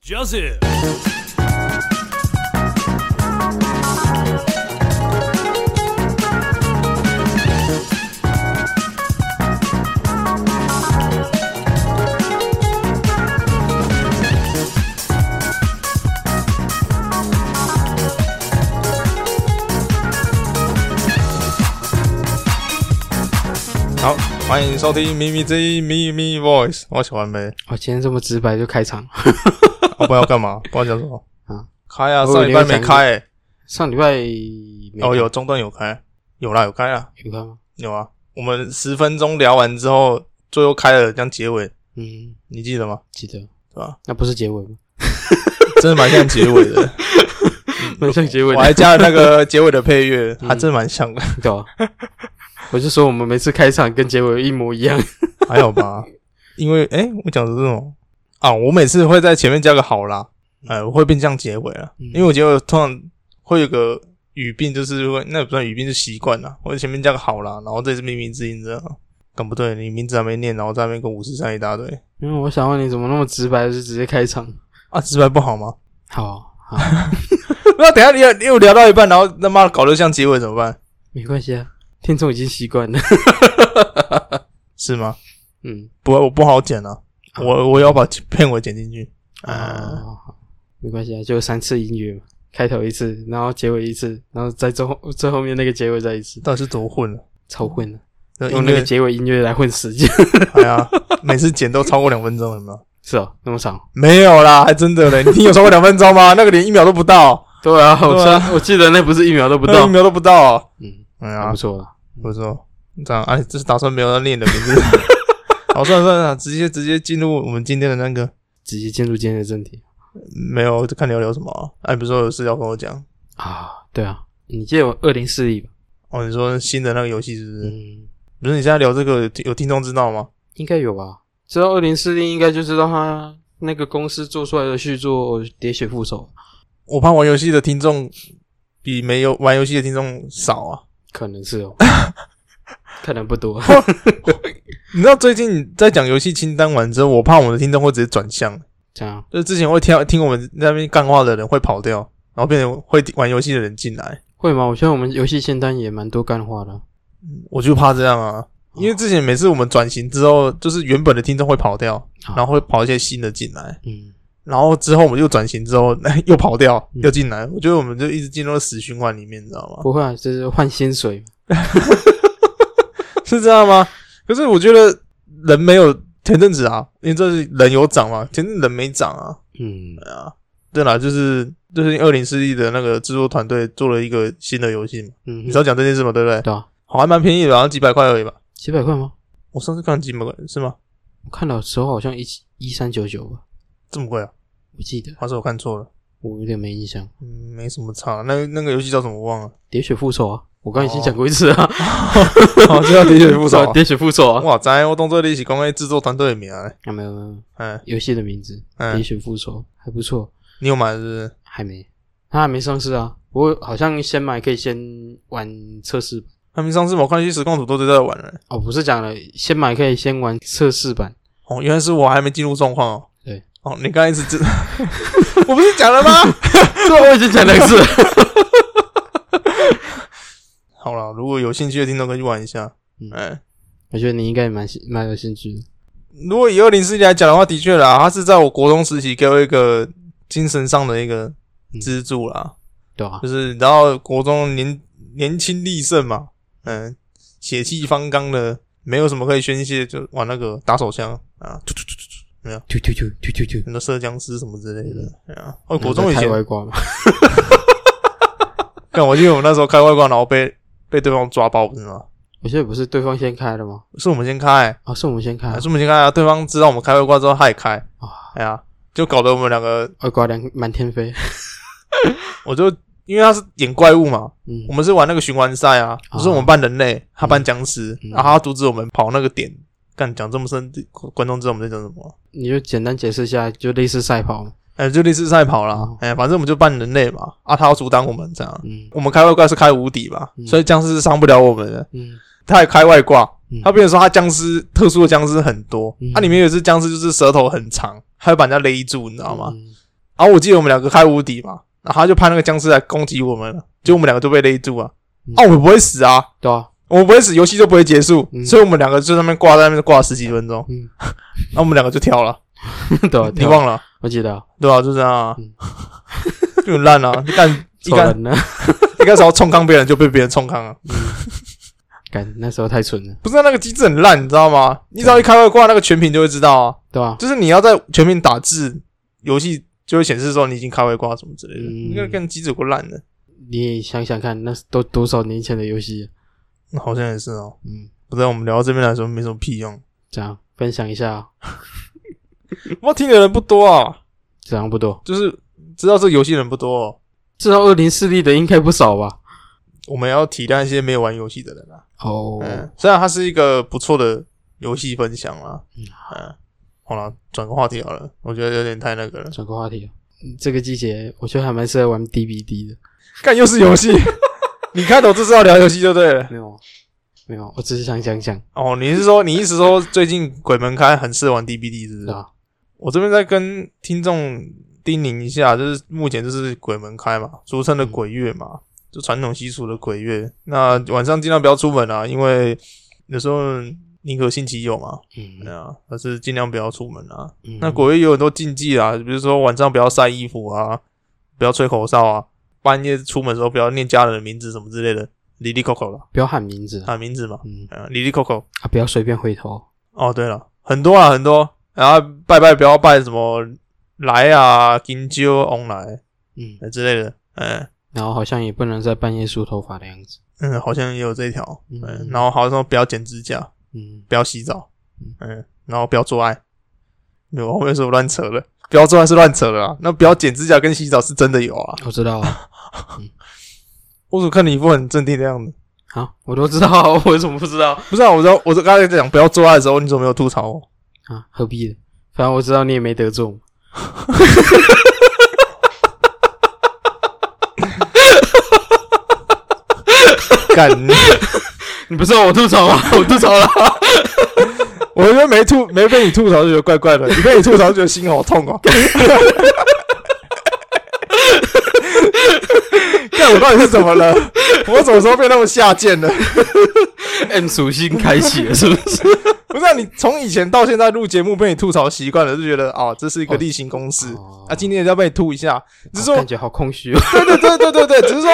Joseph。好，欢迎收听《咪咪之音》咪咪 Voice，我喜欢 呗。我哦今天这么直白就开场，我、不知道干嘛，不知道讲什么啊。开啊，我上以为礼拜你没会讲开、欸， 上礼拜没哦，有中断有开，有啦，有开啦，有看吗？有啊。我们十分钟聊完之后，最后开了当结尾，嗯，你记得吗？记得，对吧？那不是结 尾吗？真的蛮像结尾 的，蛮像 结尾我的，还加了那个结尾的配乐，嗯还真蛮像的，对啊。 我就说我们每次开场跟结尾一模一样， 还好吧？因为诶、我讲的是什么啊？我每次会在前面加个好啦，呃，我会变这样结尾了，嗯因为我结尾通常会有个语病，就是会那也不算语病，是习惯啦。我前面加个好啦，然后这是命名之音这样。干不对，你名字还没念，然后在那边跟五十三一大堆因为我想问你怎么那么直白就直接开场。啊，直白不好吗？好，啊好，那等一下你又你又聊到一半，然后他妈搞得像结尾怎么办？没关系啊，听众已经习惯了。 是吗？嗯，不，我不好剪啊，啊我我要把片尾剪进去。啊，啊，好没关系啊，就三次音乐嘛，开头一次，然后结尾一次，然后在最后最后面那个结尾再一次，到底是多混啊了？超混了，那用呃音那个乐结尾音乐来混时间， 哎呀，每次剪都超过两分钟，有没有？是哦，那么长。没有啦，还真的嘞！你有超过两分钟吗？那 个连一秒都不到，对啊，我对啊说我记得那不是一秒都不那到一，秒都不到。嗯，哎还呀不，错了。不错，这样哎，这是打算没有要念的名字。 好，算了算了，直接直接进入我们今天的那个直接进入今天的正题没有，就看你要聊什么啊、哎，不是说有事要跟我讲啊，对啊，你借我二零四零吧，哦？你说新的那个游戏是不是？嗯，不是你现在聊这个有有听众知道吗？应该有吧？知道二零四零应该就知道他那个公司做出来的续作《喋血副手我怕玩游戏的听众比没有玩游戏的听众少啊。》，可能是 哦，可能不多。你知道最近在讲游戏清单完之后，我怕我们的听众会直接转向，这样就是之前会听听我们那边干话的人会跑掉，然后变成会玩游戏的人进来，会吗？我觉得我们游戏现单也蛮多干话的，我就怕这样啊。哦因为之前每次我们转型之后，就是原本的听众会跑掉，好然后会跑一些新的进来，嗯，然后之后我们又转型之后 又跑掉嗯又进来，我觉得我们就一直进入死循环里面，你知道吗？不会啊，就是换薪水，嗯 是这样吗？可是我觉得人没有前阵子啊，因为这是人有涨嘛，前阵子人没涨啊，嗯，对啊，对啦，就是就是二零四一的那个制作团队做了一个新的游戏嘛，嗯，你知道讲这件事吗？对不对？对啊，好，还蛮便宜的，好像几百块而已吧。几百块吗？我上次看几百块是吗？我看到时候好像一一三九九吧，这么贵啊？我记得，还是我看错了？我有点没印象。嗯，没什么差。那那个游戏叫什么？我忘 了。喋血复仇啊，我刚刚已经讲过一次啊，哦，就叫《喋血复仇》 喋血复仇啊， 哇塞！我动作一起公开制作团队的名啊，啊没有没有，没有哎游戏的名字《喋哎，血复仇》还不错，你有买是不是？还没，它还没上市啊。不过好像先买可以先玩测试版他们上次我看去实况组都在玩了。哦，不是讲了，先买可以先玩测试 版，哦，原来是我还没进入状况哦。对，哦，你刚才一直知， 我不是讲了吗？ 这我已经讲两次了。好了，如果有兴趣的听众可以去玩一下。嗯哎、 我觉得你应该也蛮兴蛮有兴趣的。如果以二零四一来讲的话，的确啦，他是在我国中时期给我一个精神上的一个嗯支柱啦，对啊，就是然后国中年年轻力盛嘛，嗯，血气方刚的，没有什么可以宣泄，就玩那个打手枪啊，突突突突突，没有突突突突突突，很多射僵尸什么之类的。哎呀、啊，哦，我国中以嗯开前，外挂嘛，干我记得我那时候开外挂，然后被被对方抓包，不是吗？我现在不是对方先开的吗？是我们先开、啊，是我们先开啊还，是我们先开啊？对方知道我们开外挂之后，他也开啊，哎呀、就搞得我们两个，外挂啊两满天飞。我就因为他是演怪物嘛，嗯我，们是玩那个循环赛啊，啊就是我们扮人类，他扮僵尸，嗯然后他阻止我们跑那个点。干讲这么深，观众知道我们在讲什么？你就简单解释一下，就类似赛跑嘛。哎、就类似赛跑啦哦。哎、反正我们就扮人类嘛。啊，他要阻挡我们这样。嗯我们开外挂是开无敌嘛，嗯所以僵尸是伤不了我们的。嗯他也开外挂，嗯他比如说他僵尸特殊的僵尸很多，嗯它里面有一只僵尸就是舌头很长，还会把人家勒住，你知道吗？嗯然后我记得我们两个开无敌嘛，然后他就派那个僵尸来攻击我们了，结果我们两个都被勒住啊。嗯啊，我们不会死啊，对啊，我们不会死，游戏就不会结束，嗯所以我们两个就在那边挂在那边挂了十几分钟， 嗯，然后我们两个就跳了， 对啊，你对啊忘了？我记得啊对啊，就这样啊嗯， 就很烂 啊！你干一错干 人了，一开始要冲康别人，就被别人冲康啊！感那时候太蠢了，不是啊那个机制很烂，你知道吗？嗯你只要一开外挂那个全屏就会知道啊，对吧？就是你要在全屏打字，游戏就会显示说你已经开外挂什么之类的。嗯那个跟机制有够烂的，你想想看，那是都多少年前的游戏，好像也是哦。嗯，不对，我们聊到这边来说没什么屁用，这样分享一下，我听的人不多啊，这样不多，就是知道这个游戏的人不多、哦。至少二零四力的应该不少吧？我们要体谅一些没有玩游戏的人啊。哦，嗯，虽然它是一个不错的游戏分享啊，嗯嗯，好了，转个话题好了，我觉得有点太那个了。转个话题啊，嗯这个季节我觉得还蛮适合玩 DBD 的。干又是游 戏，你开头就是要聊游戏就对了。没有啊，没有啊，我只是想想想，哦，你是说你意思说最近鬼门开很适合玩 DBD 是不对是？吧？我这边再跟听众叮咛一下，就是目前就是鬼门开嘛，俗称的鬼月嘛，就传统习俗的鬼月。那晚上尽量不要出门啊，因为有时候宁可信其有嘛，对嗯，啊，但是尽量不要出门啊。嗯那国月也有很多禁忌啊，比如说晚上不要晒衣服啊，不要吹口哨啊，半夜出门的时候不要念家人的名字什么之类的，里里扣扣啦，不要喊名字啊，喊名字嘛，嗯嗯，里里扣扣。啊，不要随便回头，哦，对了，很多啊，很多，然后拜拜不要拜什么来啊、金鸠、翁来嗯，呃之类的，嗯然后好像也不能在半夜梳头发的样子，嗯，好像也有这一条，嗯嗯，然后好像说不要剪指甲，嗯，不要洗澡嗯，嗯，然后不要做爱，没有，我为什么乱扯了？不要做爱是乱扯了啊，那不要剪指甲跟洗澡是真的有啊。我知 道啊，我怎么看你一副很镇定的样子？好，我都知道啊，我怎么不知道不是啊，我知道，我刚才在讲不要做爱的时候，你怎么没有吐槽我？啊？何必呢？反正我知道你也没得中，干你！你不是让我吐槽吗？ 我吐槽了， 我觉得没吐，没被你吐槽就觉得怪怪的，你被你吐槽就觉得心好痛哦。看我到底是怎么了？我什么时候变那么下贱了？ m 属性开启了，是不是？不是、啊、你从以前到现在录节目被你吐槽习惯了，就觉得哦，这是一个例行公事。 哦 啊，今天要被你吐一下，只是说感觉好空 虚哦。对对对对对对，只是说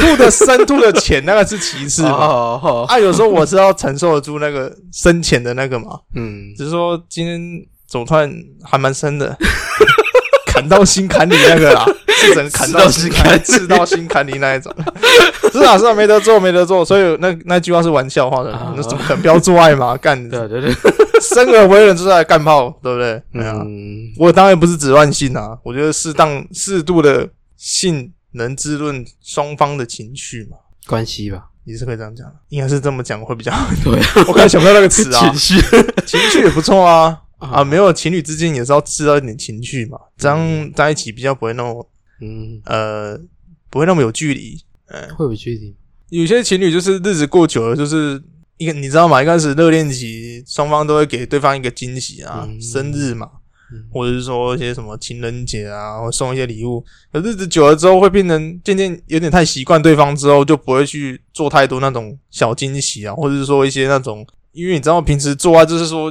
吐的深吐的浅那个是其次嘛。哦，好好 啊，有时候我是要承受得住那个深浅的那个嘛，嗯，只是说今天总算还蛮深的， 砍到心坎里那个啦，是整个砍到心坎，刺刺到心坎里那一种。是啊，是啊，没得做，没得做，所以那那句话是玩笑话的啊，那怎么可能不要做爱嘛？干， 对啊对对，生生，而为人就是来干炮，对不对？对啊，嗯，我当然不是指乱性啊，我觉得适当适度的性能滋润双方的情绪嘛。关系吧，也是可以这样讲，应该是这么讲会比较好。对啊， 我刚才想不到那个词啊， 情绪， 情绪也不错啊啊啊，没有情侣之间也是要制造一点情绪嘛，这样在一起比较不会那么嗯，呃不会那么有距离。会有距离，有些情侣就是日子过久了，就是一个你知道吗？一开始热恋期，双方都会给对方一个惊喜啊，嗯生日嘛，嗯或者是说一些什么情人节啊，或送一些礼物。可日子久了之后，会变成渐渐有点太习惯对方之后，就不会去做太多那种小惊喜啊，或者是说一些那种，因为你知道平时做爱啊就是说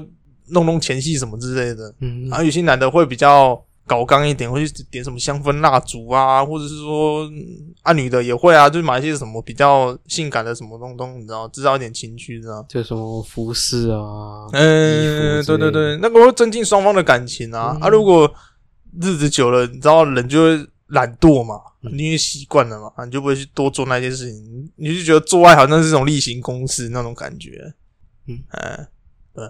弄弄前戏什么之类的，嗯然后有些男的会比较搞刚一点，会去点什么香氛蜡烛啊，或者是说嗯啊女的也会啊，就买一些什么比较性感的什么东东，你知道，制造一点情趣，知道。就什么服饰啊，嗯，衣服之对类对的对，那个会增进双方的感情啊。嗯啊，如果日子久了，你知道人就会懒惰嘛，嗯你也习惯了嘛，啊你就不会去多做那些事情，你就觉得做爱好像是一种例行公事那种感觉。嗯，哎，对，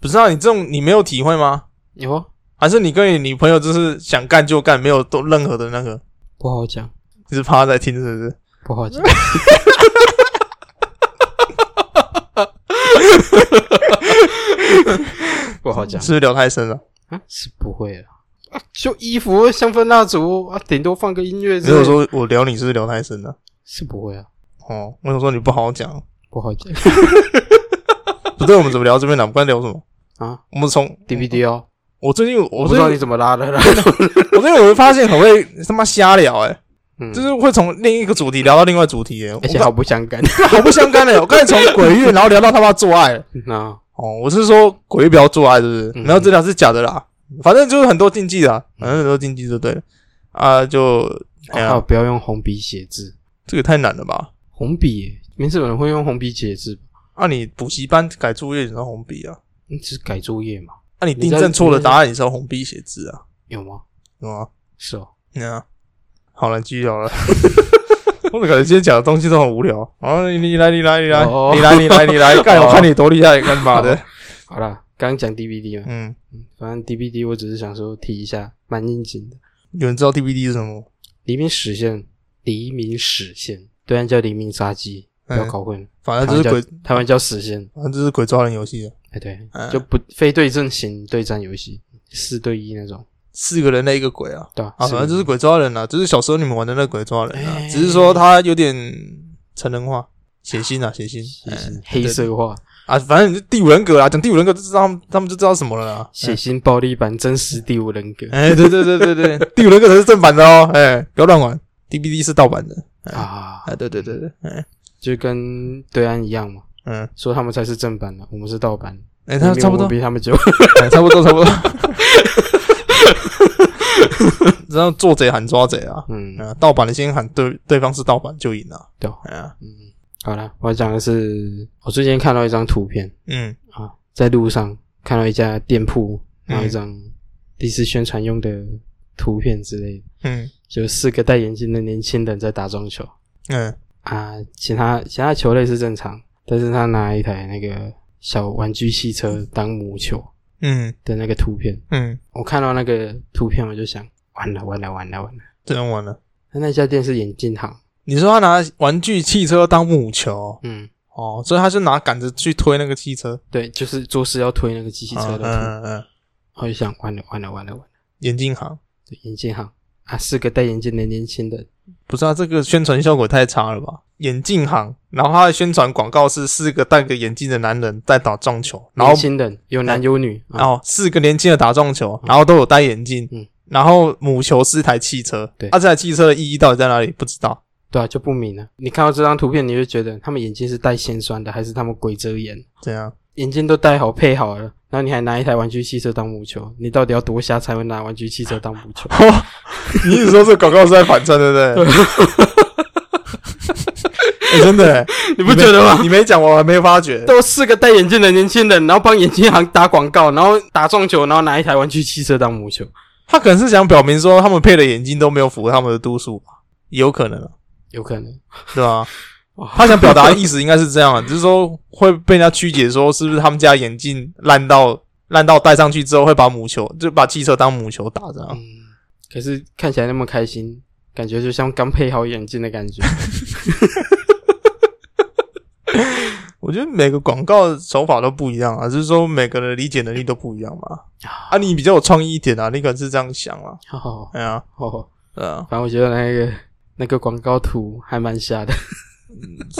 不知道、你这种你没有体会吗？有啊，还是你跟你女朋友就是想干就干，没有都任何的那个，不好讲，你是趴在听是不是？不好 讲，不好讲是不是聊太深了？啊，是不会了。啊，就衣服、香氛蜡烛啊，顶多放个音乐之如类的。果说我聊你是不是聊太深了？是不会啊，哦，我想说你不好好讲，不好讲不对，我们怎么聊这边呢？我们刚才聊什么？啊。我们从 DVD 哦，我最近我不最近知道你怎么拉的 啦。我最近有发现很会他妈瞎聊哎、嗯，就是会从另一个主题聊到另外主题哎、我而且好不相 干。刚好不相干哎、我刚才 从鬼月然后聊到他妈做爱啊，哦，我是说鬼月不要做爱是不是？嗯然后这条是假的啦，反正就是很多禁忌的啊，反正很多禁忌就对了啊，就哎呀、哦，不要用红笔写字，这个太难了吧？红笔耶没什么人会用红笔写字吧，啊，你补习班改作业你用红笔啊？嗯只是改作业嘛，啊，你订正错了答案你是用红笔写字啊？有吗？有吗？是哦，嗯、啊，好了，继续聊了。 我感觉今天讲的东西都很无聊。哦，你来，你来，你来，哦你来，你来，你来，干！ 哦我看你多厉害，干嘛的？好啦，刚刚讲 DVD 嘛，嗯，反正 DVD 我只是想说提一下，蛮应景的。有人知道 DVD 是什么吗？黎明史线，黎明史线，对岸叫黎明杀机，不要嗯搞混，反台正就湾是叫鬼，台湾叫死线，反正就是鬼抓人游戏啊，哎对嗯，就不非对阵型对战游戏，四对一那种，四个人类一个鬼啊。对吧？啊，反正就是鬼抓人啊，就是小时候你们玩的那个鬼抓人啊，哎只是说它有点成人化、血腥啊，血腥，血哎腥黑色化、啊，反正你就第五人格啊，讲第五人格就知道他们，他们就知道什么了啊。血腥暴力版、真实第五人格哎，对对对对对，第五人格才是正版的哦，哎，不要乱玩，DVD 是盗版的。啊，啊，对对对对，哎就跟对岸一样嘛，嗯，说他们才是正版的，我们是盗版，哎，他明明差不我多们，比他 们久。哎差不多，差不多。然后做贼喊抓贼啊，嗯，啊，盗版的先喊对对方是盗版就赢了。对，嗯哎呀，好了，我要讲的是，我最近看到一张图片嗯啊，在路上看到一家店铺，然后一嗯张类似宣传用的图片之类的。嗯就四个戴眼镜的年轻人在打撞球嗯啊，其他其他球类是正常，但是他拿一台那个小玩具汽车当母球嗯的那个图片，嗯，我看到那个图片我就想，完了完了完了完了，真的完了。他那家店是眼镜行，你说他拿玩具汽车当母球嗯，哦，所以他就拿杆子去推那个汽车，对，就是做事要推那个机器车嗯的图，嗯嗯嗯，我就想完了完了完了完了，眼镜行对，眼镜行啊，四个戴眼镜的年轻人，不是啊，这个宣传效果太差了吧？眼镜行，然后他的宣传广告是四个戴个眼镜的男人在打撞球，然后年轻人有男有女，然啊，后四个年轻的打撞球，然后都有戴眼镜，嗯然后母球是一台汽车，对啊，这台汽车的意义到底在哪里？不知道，对啊，就不明了。你看到这张图片，你就觉得他们眼睛是戴铅酸的，还是他们鬼遮眼？怎 样？眼镜都戴好配好了，然后你还拿一台玩具汽车当母球，你到底要多瞎才会拿玩具汽车当母球？你一直说这广告是在反串，对不对？ 哎、真 的、欸，你你没？你没讲，我还没发觉。都四个戴眼镜的年轻人，然后帮眼镜行打广告，然后打撞球，然后拿一台玩具汽车当母球，他可能是想表明说，他们配的眼镜都没有符合他们的度数吧，也有可能啊，有可能。对吧？哇他想表达的意思应该是这样啊，就是说会被人家曲解，说是不是他们家眼镜烂到烂到戴上去之后会把母球，就把汽车当母球打这样。嗯，可是看起来那么开心，感觉就像刚配好眼镜的感觉。 我觉得每个广告手法都不一样啊，就是说每个人的理解能力都不一样嘛。啊，你比较有创意一点啊，你可能是这样想啊。好好好哎呀，好好，对啊，反正我觉得那个那个广告图还蛮瞎的。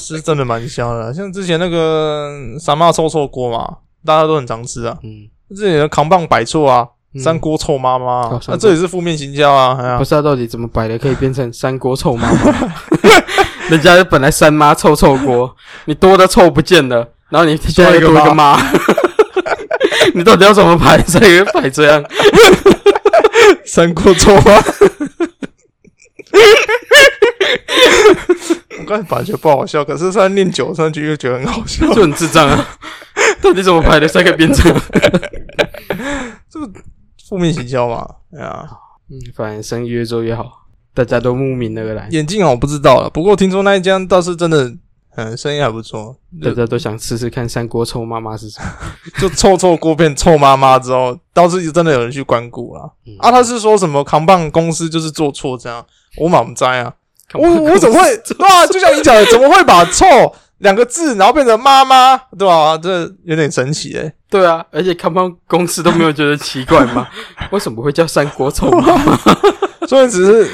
是真的蛮香的啊。像之前那个傻妈臭臭锅嘛，大家都很常吃啊。嗯，之前的扛棒摆错啊，嗯三锅臭妈妈啊哦，那、三锅这也是负面行销啊。哎呀不，知道到底怎么摆的，可以变成三锅臭妈妈。 人家本来三妈臭臭锅，你多的臭不见了，然后你现在又多一个 妈，你到底要怎么摆才可以摆这样？三锅臭妈。我刚才本来觉得不好笑，可是现在念久上去又觉得很好笑。就很智障啊！到底怎么摆的才可以变这样？负面行销嘛，哎呀。嗯，反正生意越做越好，大家都慕名而来，眼镜啊，我不知道了。不过听说那一家倒是真的，嗯，生意还不错。大就家都想吃吃看三锅臭妈妈是什么。就臭臭锅变臭妈妈之后，倒是真的有人去光顾了。嗯啊，他是说什么扛棒公司就是做错这样，我满不在啊。看我我怎么会对啊？就像你讲的，怎么会把“臭”两个字，然后变成妈妈，对吧、这有点神奇诶、对啊？而且康邦公司都没有觉得奇怪吗？为什么会叫三锅臭妈妈？ 所以只是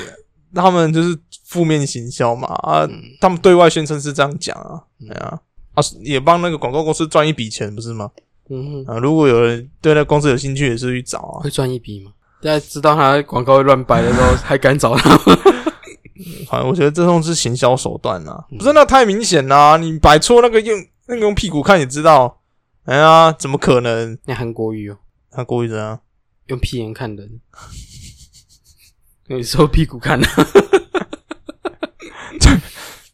他们就是负面行销嘛啊，嗯他们对外宣称是这样讲啊，嗯对啊，啊也帮那个广告公司赚一笔钱不是吗？嗯哼，啊。如果有人对那公司有兴趣，也是去找啊，会赚一笔吗？现在知道他广告会乱摆的时候，还敢找 他吗？反正我觉得这种是行销手段啊，嗯不是那太明显啦、你摆错那个用那个用屁股看也知道，哎呀，怎么可能？那韩国语哦，他故意的啊，用屁眼看人，有时候屁股看的、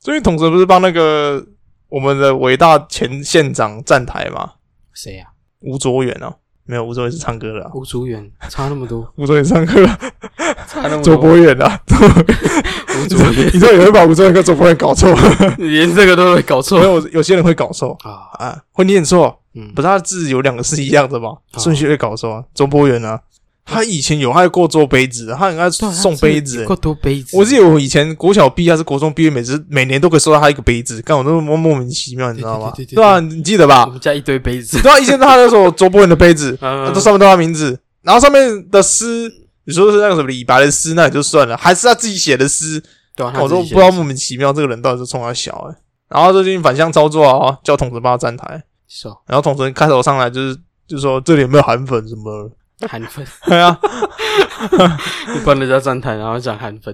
最近统神不是帮那个我们的伟大前县长站台嘛？谁啊呀、吴卓远哦，没有，吴卓远是唱歌的、啊，吴竹远差那么多，吴卓远唱歌啊了， 差那么卓博远啊， 吴竹远，你知道有人把吴卓远跟卓博远搞错， 你连这个都会搞没错有，有些人会搞错啊！啊，会念错，嗯不，是他的字有两个是一样的嘛，啊顺序会搞错啊。卓博远啊，他以前有爱过做杯子的，他很爱对啊送杯子、有够多杯子，我记得我以前国小毕业还是国中毕业，每次每年都可以收到他一个杯子，干我都莫莫名其妙，你知道吗？对对对对对啊，你记得我吧？们家一堆杯 子，对啊，以前他那时候卓博远的杯子，嗯那这上面都他名字，然后上面的诗，你说是那个什么李白的诗，那也就算了，还是他自己写的诗，对啊，他我都自不己知写道的莫名其妙这个人到底是冲他小哎、欸然后最近反向操作啊，叫统神帮他站台，是哦，然后统神开头上来就是就说这里有没有韩粉什么的， 韩粉，对啊，你帮人家站台，然后讲韩粉，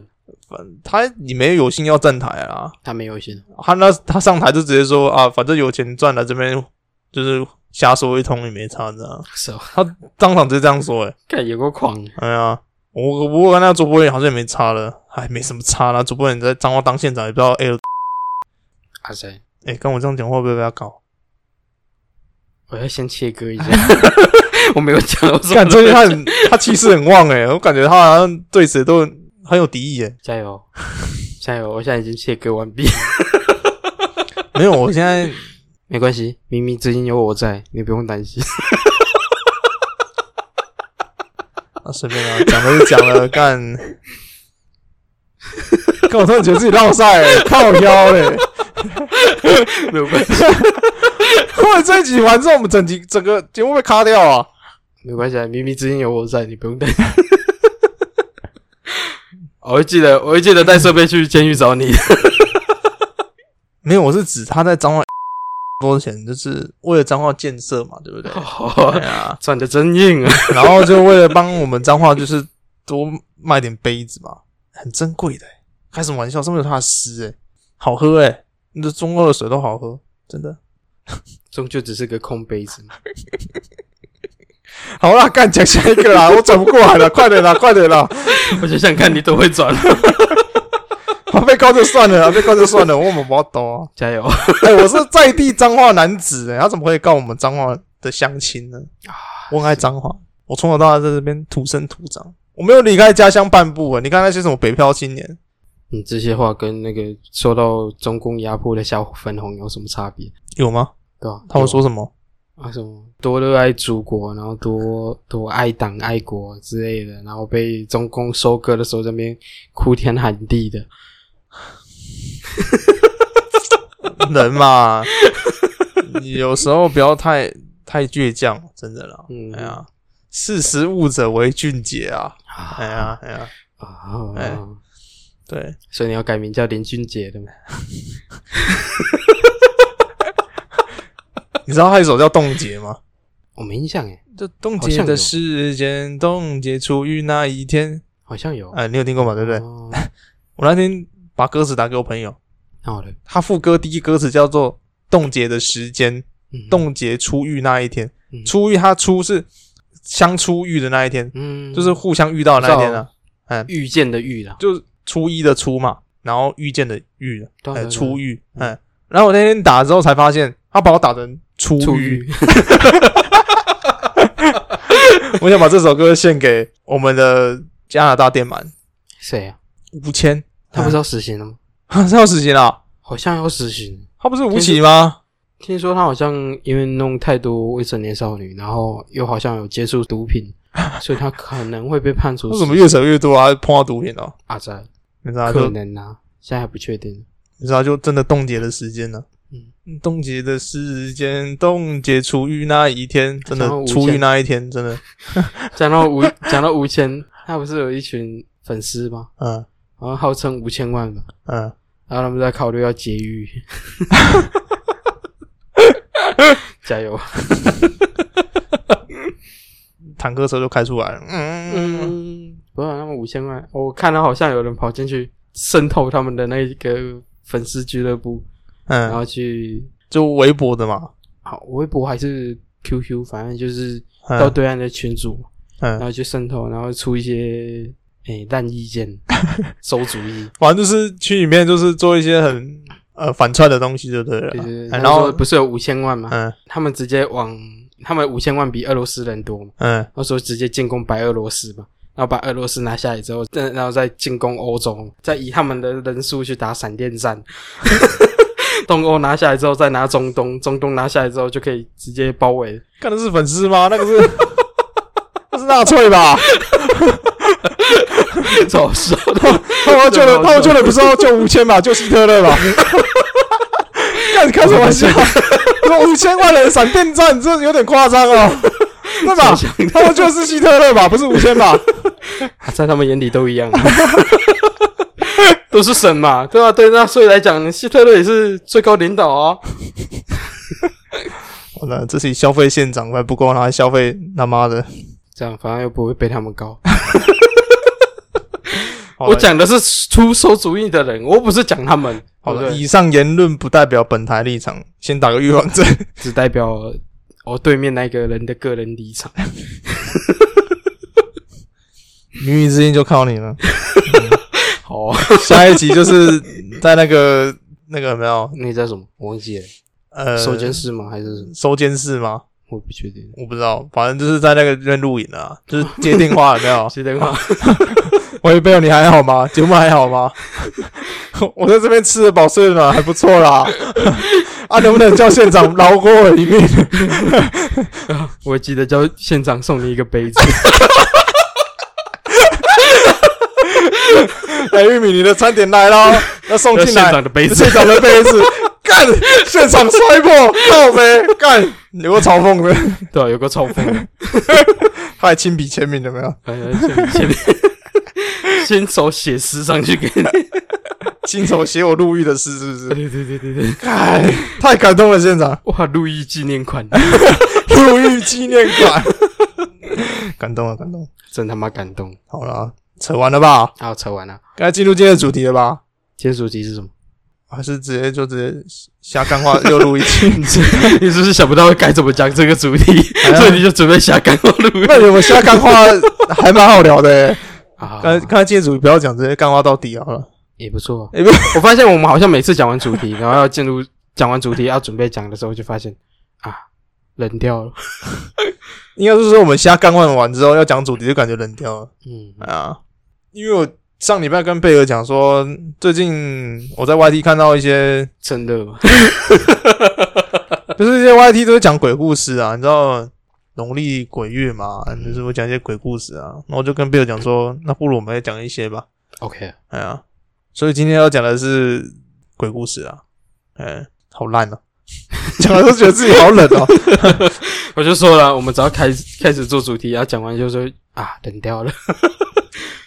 反他也没有心要站台啊，他没有先，他那他上台就直接说啊，反正有钱赚了这边就是瞎说一通也没差的、啊，是哦，当场就这样说哎、欸看有够狂的，哎呀，我我跟那个主播人好像也没差了，哎，没什么差啦。主播人在彰化当县长也不知道，哎、阿塞，哎，跟我这样讲话会不会被他搞？我要先切 割一下，我没有讲，我说感觉他很他气势很旺哎、我感觉他好像对谁都很有敌意哎、加油， 加油，我现在已经切割完毕， 没有，我现在没关系，明明最近有我在，你不用担心。啊随便啊，讲了就讲了，干。干，我突然觉得自己绕赛、欸，靠腰嘞、 没有关系，后来这一集完之后，我们整集整个节目被卡掉啊！ 没关系，啊，明明之间有我在，你不用担心。 我会记得，我会记得带设备去监狱找你。 没有，我是指他在彰化 多钱，就是为了彰化建设嘛，对不对？对啊，转的哦真硬啊！ 然后就为了帮我们彰化，就是多卖点杯子嘛，很珍贵的、欸。开什么玩笑？上面有他的诗，哎，好喝哎、那这中二的水都好喝，真的。终究只是个空杯子嘛。好啦，干讲下一个啦， 我转不过来了，快点啦，快点啦！ 我就想看你都会转，啊被告就算了啦，被告就算了，我们不要抖啊。 加油！哎、我是在地彰化男子、欸，他怎么会告我们彰化的乡亲呢？我很爱彰化，我从小到大在这边土生土长，我没有离开家乡半步啊、你看那些什么北漂青年，你这些话跟那个受到中共压迫的小粉红有什么差别？有吗？对吧、他们说什么？啊什么多热爱祖国，然后多多爱党爱国之类的，然后被中共收割的时候在那边哭天喊地的， 人嘛，你有时候不要太太倔强，真的啦。嗯哎呀，识时务者为俊杰啊！啊哎呀，哎呀，啊！哎对，所以你要改名叫林俊杰的嘛？你知道他有一首叫《冻结》吗？我没印象哎诶，这冻好结像有的时间，冻结处于那一天。好像有，哎，你有听过吗？对不对？哦我那天把歌词打给我朋友，那好的，他副歌第一歌词叫做“冻结的时间，嗯，冻结出狱那一天嗯”。出狱，他出是相出狱的那一天，嗯，就是互相遇到的那一天啊。遇见的遇啦，就是初一的初嘛，然后遇见的遇，对啊哎，对啊初遇，哎，然后我那天打之后才发现，他把我打成初初遇遇。，我想把这首歌献给我们的加拿大电 鳗 谁啊？吴谦，他不是要死刑了吗？他要死刑了，好像要死刑。他不是吴奇吗？听说他好像因为弄太多未成年少女，然后又好像有接触 毒品，所以他可能会被判处为死什刑么越扯越多啊？碰到毒品了，阿仔，你知道他可就能啊，现在还不确定。你知道就真的冻结的时间了。嗯嗯，冻结的时间，冻结出狱那一天，真的想到吴出狱谦那一天，真的，讲到吴， 讲到吴谦，他不是有一群粉丝吗？嗯然后号称五千万吧，嗯，然后他们在考虑要节 育。加油！坦克车就开出来了。嗯，嗯，不要那么五千万，我看到好像有人跑进去渗透他们的那个粉丝俱乐部，然嗯，后去就微博的嘛。好微博还是 QQ，反正就是到嗯对岸的群组，然嗯，后去渗透，然后出一些诶烂 意见、馊主意，反正就是去里面就是做一些很呃反串的东西就对了。对对对。哎他然后说不是有五千万吗？嗯他们直接往他们五千万比俄罗斯人多嘛，嗯那时候直接进攻白俄罗斯嘛，然后把俄罗斯拿下来之后，再然后再进攻欧洲，再以他们的人数去打闪 电战。 东欧拿下来之后，再拿中东，中东拿下来之后就可以直接 包围。看的是粉丝吗？那个 是那是纳粹吧？走手的，他们要救这的，么好笑他们救的不是要救五千吧？救希特勒 吧？干你开什么玩笑？说五千万人闪电战，这有点夸张 哦，对吧？他们救的是希特勒吧？不是五千吧？啊在他们眼里都一样， 都是神嘛，对吧、对纳粹来讲，希特勒也是最高领导啊。 完了，这是消费县长还不够，拿来消费他妈的！这样反而又不会被他们告。好了我讲的是出馊主意的人，我不是讲他们，好对不了，对以上言论不代表本台立场，先打个预防针。只代表我对面那个人的个人立场。明明之间就靠你了，好、啊，下一集就是在那个那个有没有 那叫什么？我忘记了，呃收监室吗？还是什么？收监室吗？我不确定。我不知道，反正就是在那个认录影啊，就是接电话有没 有？接电话，喂，贝尔，你还好吗？节目还好吗？ 我在这边吃的饱睡了，还不错啦。 啊，能不能叫县长饶过我一命？ 我记得叫县长送你一个杯子。哎，玉米，你的餐点来了，要 送进要来。县长的杯 子县长的杯子，干，现场摔破，倒霉，干，有个嘲讽的，对啊、有个嘲讽的，他还亲笔签名了没有？哎呀先 先先手写诗上去给你。 亲手写我入狱的事，是不 是？对对对对对，干，哎太感动了，县长。 哇，路易纪念款， 入狱纪念馆， 感动了，感动了。 真他妈感动。好了，扯完了吧？好，扯完了。该进入今天的主题了吧？今天主题是什么？还是直接就直接瞎干话又录一期？ 你是不是想不到该怎么讲这个主题，所以你就准备瞎干话录 那你们瞎干 话还蛮好聊的、欸。啊？刚才刚才今天主题不要讲，直接干话到底好了。也哎不错。也不我发现我们好像每次讲完主题， 然后要进入讲完主题要准备讲的时候，就发现啊，冷掉了。应该是说我们瞎干话完之后要讲主题就感觉冷掉了。嗯，啊，因为我上礼拜跟贝尔讲说，最近我在 YT 看到一些，真的吗？就是一些 YT 都是讲鬼故事啊，你知道农历鬼月嘛，就是我讲一些鬼故事啊。然后我就跟贝尔讲说，那不如我们也讲一些吧。 OK，哎呀，所以今天要讲的是鬼故事啊，哎，好烂哦、 讲的都觉得自己好冷哦、我就说了，我们只要开开始做主题，然后讲完就说啊，冷掉了。，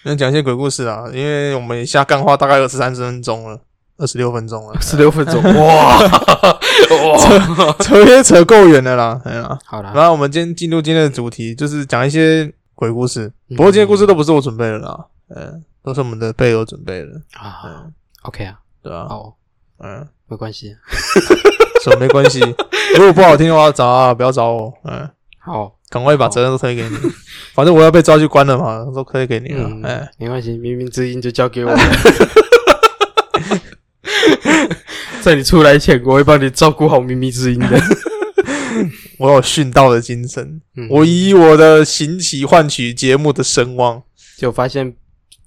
那讲一些鬼故事啊，因为我们下干话大概二十三分钟了，二十六分钟了 十六分钟，哇哇！扯也扯够远的啦，哎呀， 好啦，然后我们今天进入今天的主题，就是讲一些鬼故事，不过今天故事都不是我准备的啦，嗯，都是我们的贝友准备的，啊，OK 啊，哎对吧、好，嗯，没关系，所以没关 系，如果不好听的话，找啊，不要找我，嗯。好，赶快把责任都推给你。 反正我要被抓去关了嘛，都推给你了。嗯哎、，没关系，冥冥之音就交给我。 在你出来前，我会帮你照顾好冥冥之音的。我有殉道的精神，嗯我以我的行乞换取节目的声望。就发现，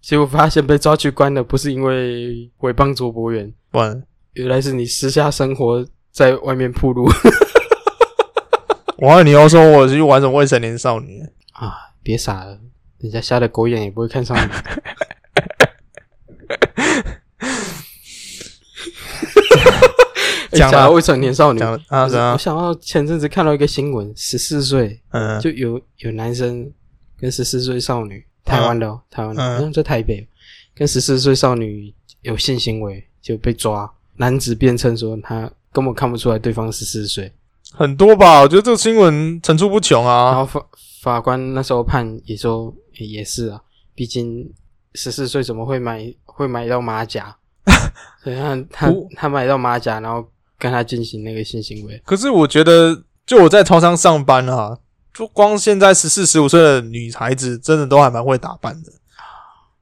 结果发现被抓去关的不是因为诽谤卓博远，不然，原来是你私下生活在外面铺路我还以为你要说我去玩什么未成年少女，啊！ 别傻了，人家瞎了狗眼也不会看 上你。讲了了未成年少女，讲了啊，我怎样我？想到前阵子看到一个新闻，十四岁嗯，就有有男生跟十四岁少女，啊台湾的、哦，台湾的，嗯好像在台北，跟十四岁少女有性行为就被抓，男子辩称说他根本看不出来对方十四岁，很多吧？我觉得这个新闻层出不穷然啊。后发法官那时候判也说、诶也是啊，毕竟十四岁怎么会买会买到马 甲？对他他不他买到马甲，然后跟他进行那个性行为，可是我觉得，就我在超商上班啊，就光现在十四、十五岁的女孩子，真的都还蛮会打扮的。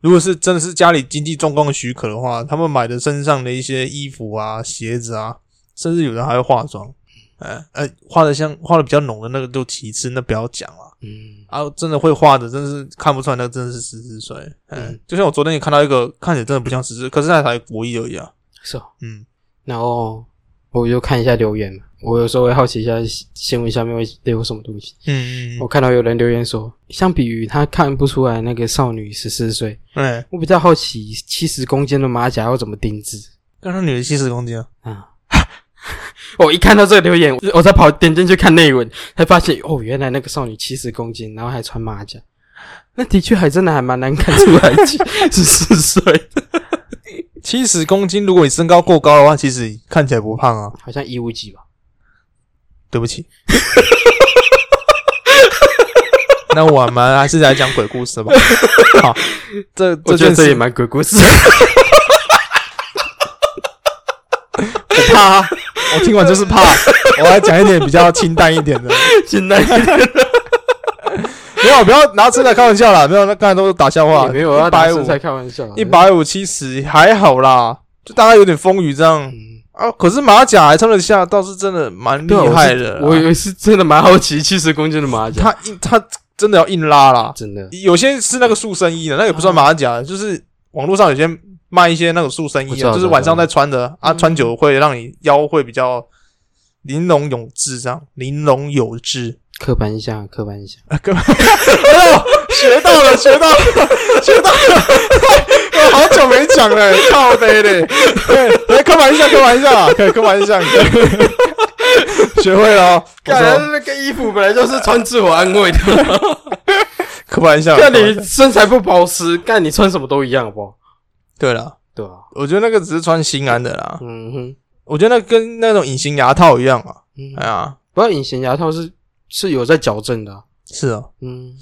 如果是真的是家里经济状况许可的话，他们买的身上的一些衣服啊、鞋子啊，甚至有人还会化妆。呃呃，化的像化的比较浓的那个就其次，那不要讲了。嗯，啊，真的会画的，真是看不出来，那真的是十四岁。嗯嗯，就像我昨天也看到一个，看起来真的不像十四，可是那才国一而已啊。是哦。嗯，然后我就看一下留言嘛，我有时候会好奇一下新闻下面会留什么东西。嗯我看到有人留言说，相比于他看不出来那个少女十四岁，哎，我比较好奇七十公斤的马甲要怎么定制刚刚女的七十公斤啊，啊。 我一看到这个留言，我我再跑点进去看内文，才发现哦，原来那个少女七十公斤，然后还穿马甲，那的确还真的还蛮难看出 来十四岁，七十公斤，如果你身高过高的话，其实看起来不胖啊。好像一五几吧。对不起， 那我们还是来讲鬼故 事吧。好，这我这觉件得这也事蛮鬼故事。我怕啊，我听完就是怕。啊 我来讲一点比较清淡一点的，现 在没有，不要拿身材开玩笑啦，没有，那刚才都是打笑话，也没有要一拿百五身，材开玩笑啊，一百五七十还好啦，就大概有点风雨这样嗯啊。可是马甲还穿得下，倒是真的蛮厉对啊我是害的啦。我以为是真的蛮好奇七十公斤的马甲，他硬，他真的要硬拉啦。真的，有些是那个塑身衣的，那个也不算马甲，就是网络上有些卖一些那种塑身我衣知道啊，就是晚上在穿的啊，嗯穿久了会让你腰会比较玲珑有致，这样玲珑有致。刻板印象，刻板印 象，哎呦，学到了，学到了，学到了！ 我好久没讲 了，靠背嘞。对，哎来开玩笑，开玩笑啊，可以开玩笑， 学会了哦。我说那个衣服本来就是穿自我安 慰的，开玩笑。看开玩笑你身材不保湿，干你穿什么都一样，好不好？对了，对啊，我觉得那个只是穿心安的啦。嗯哼，我觉得那跟那种隐形牙套一样啊。嗯哎，呀，不过隐形牙套是是有在矫正的啊，是啊，嗯，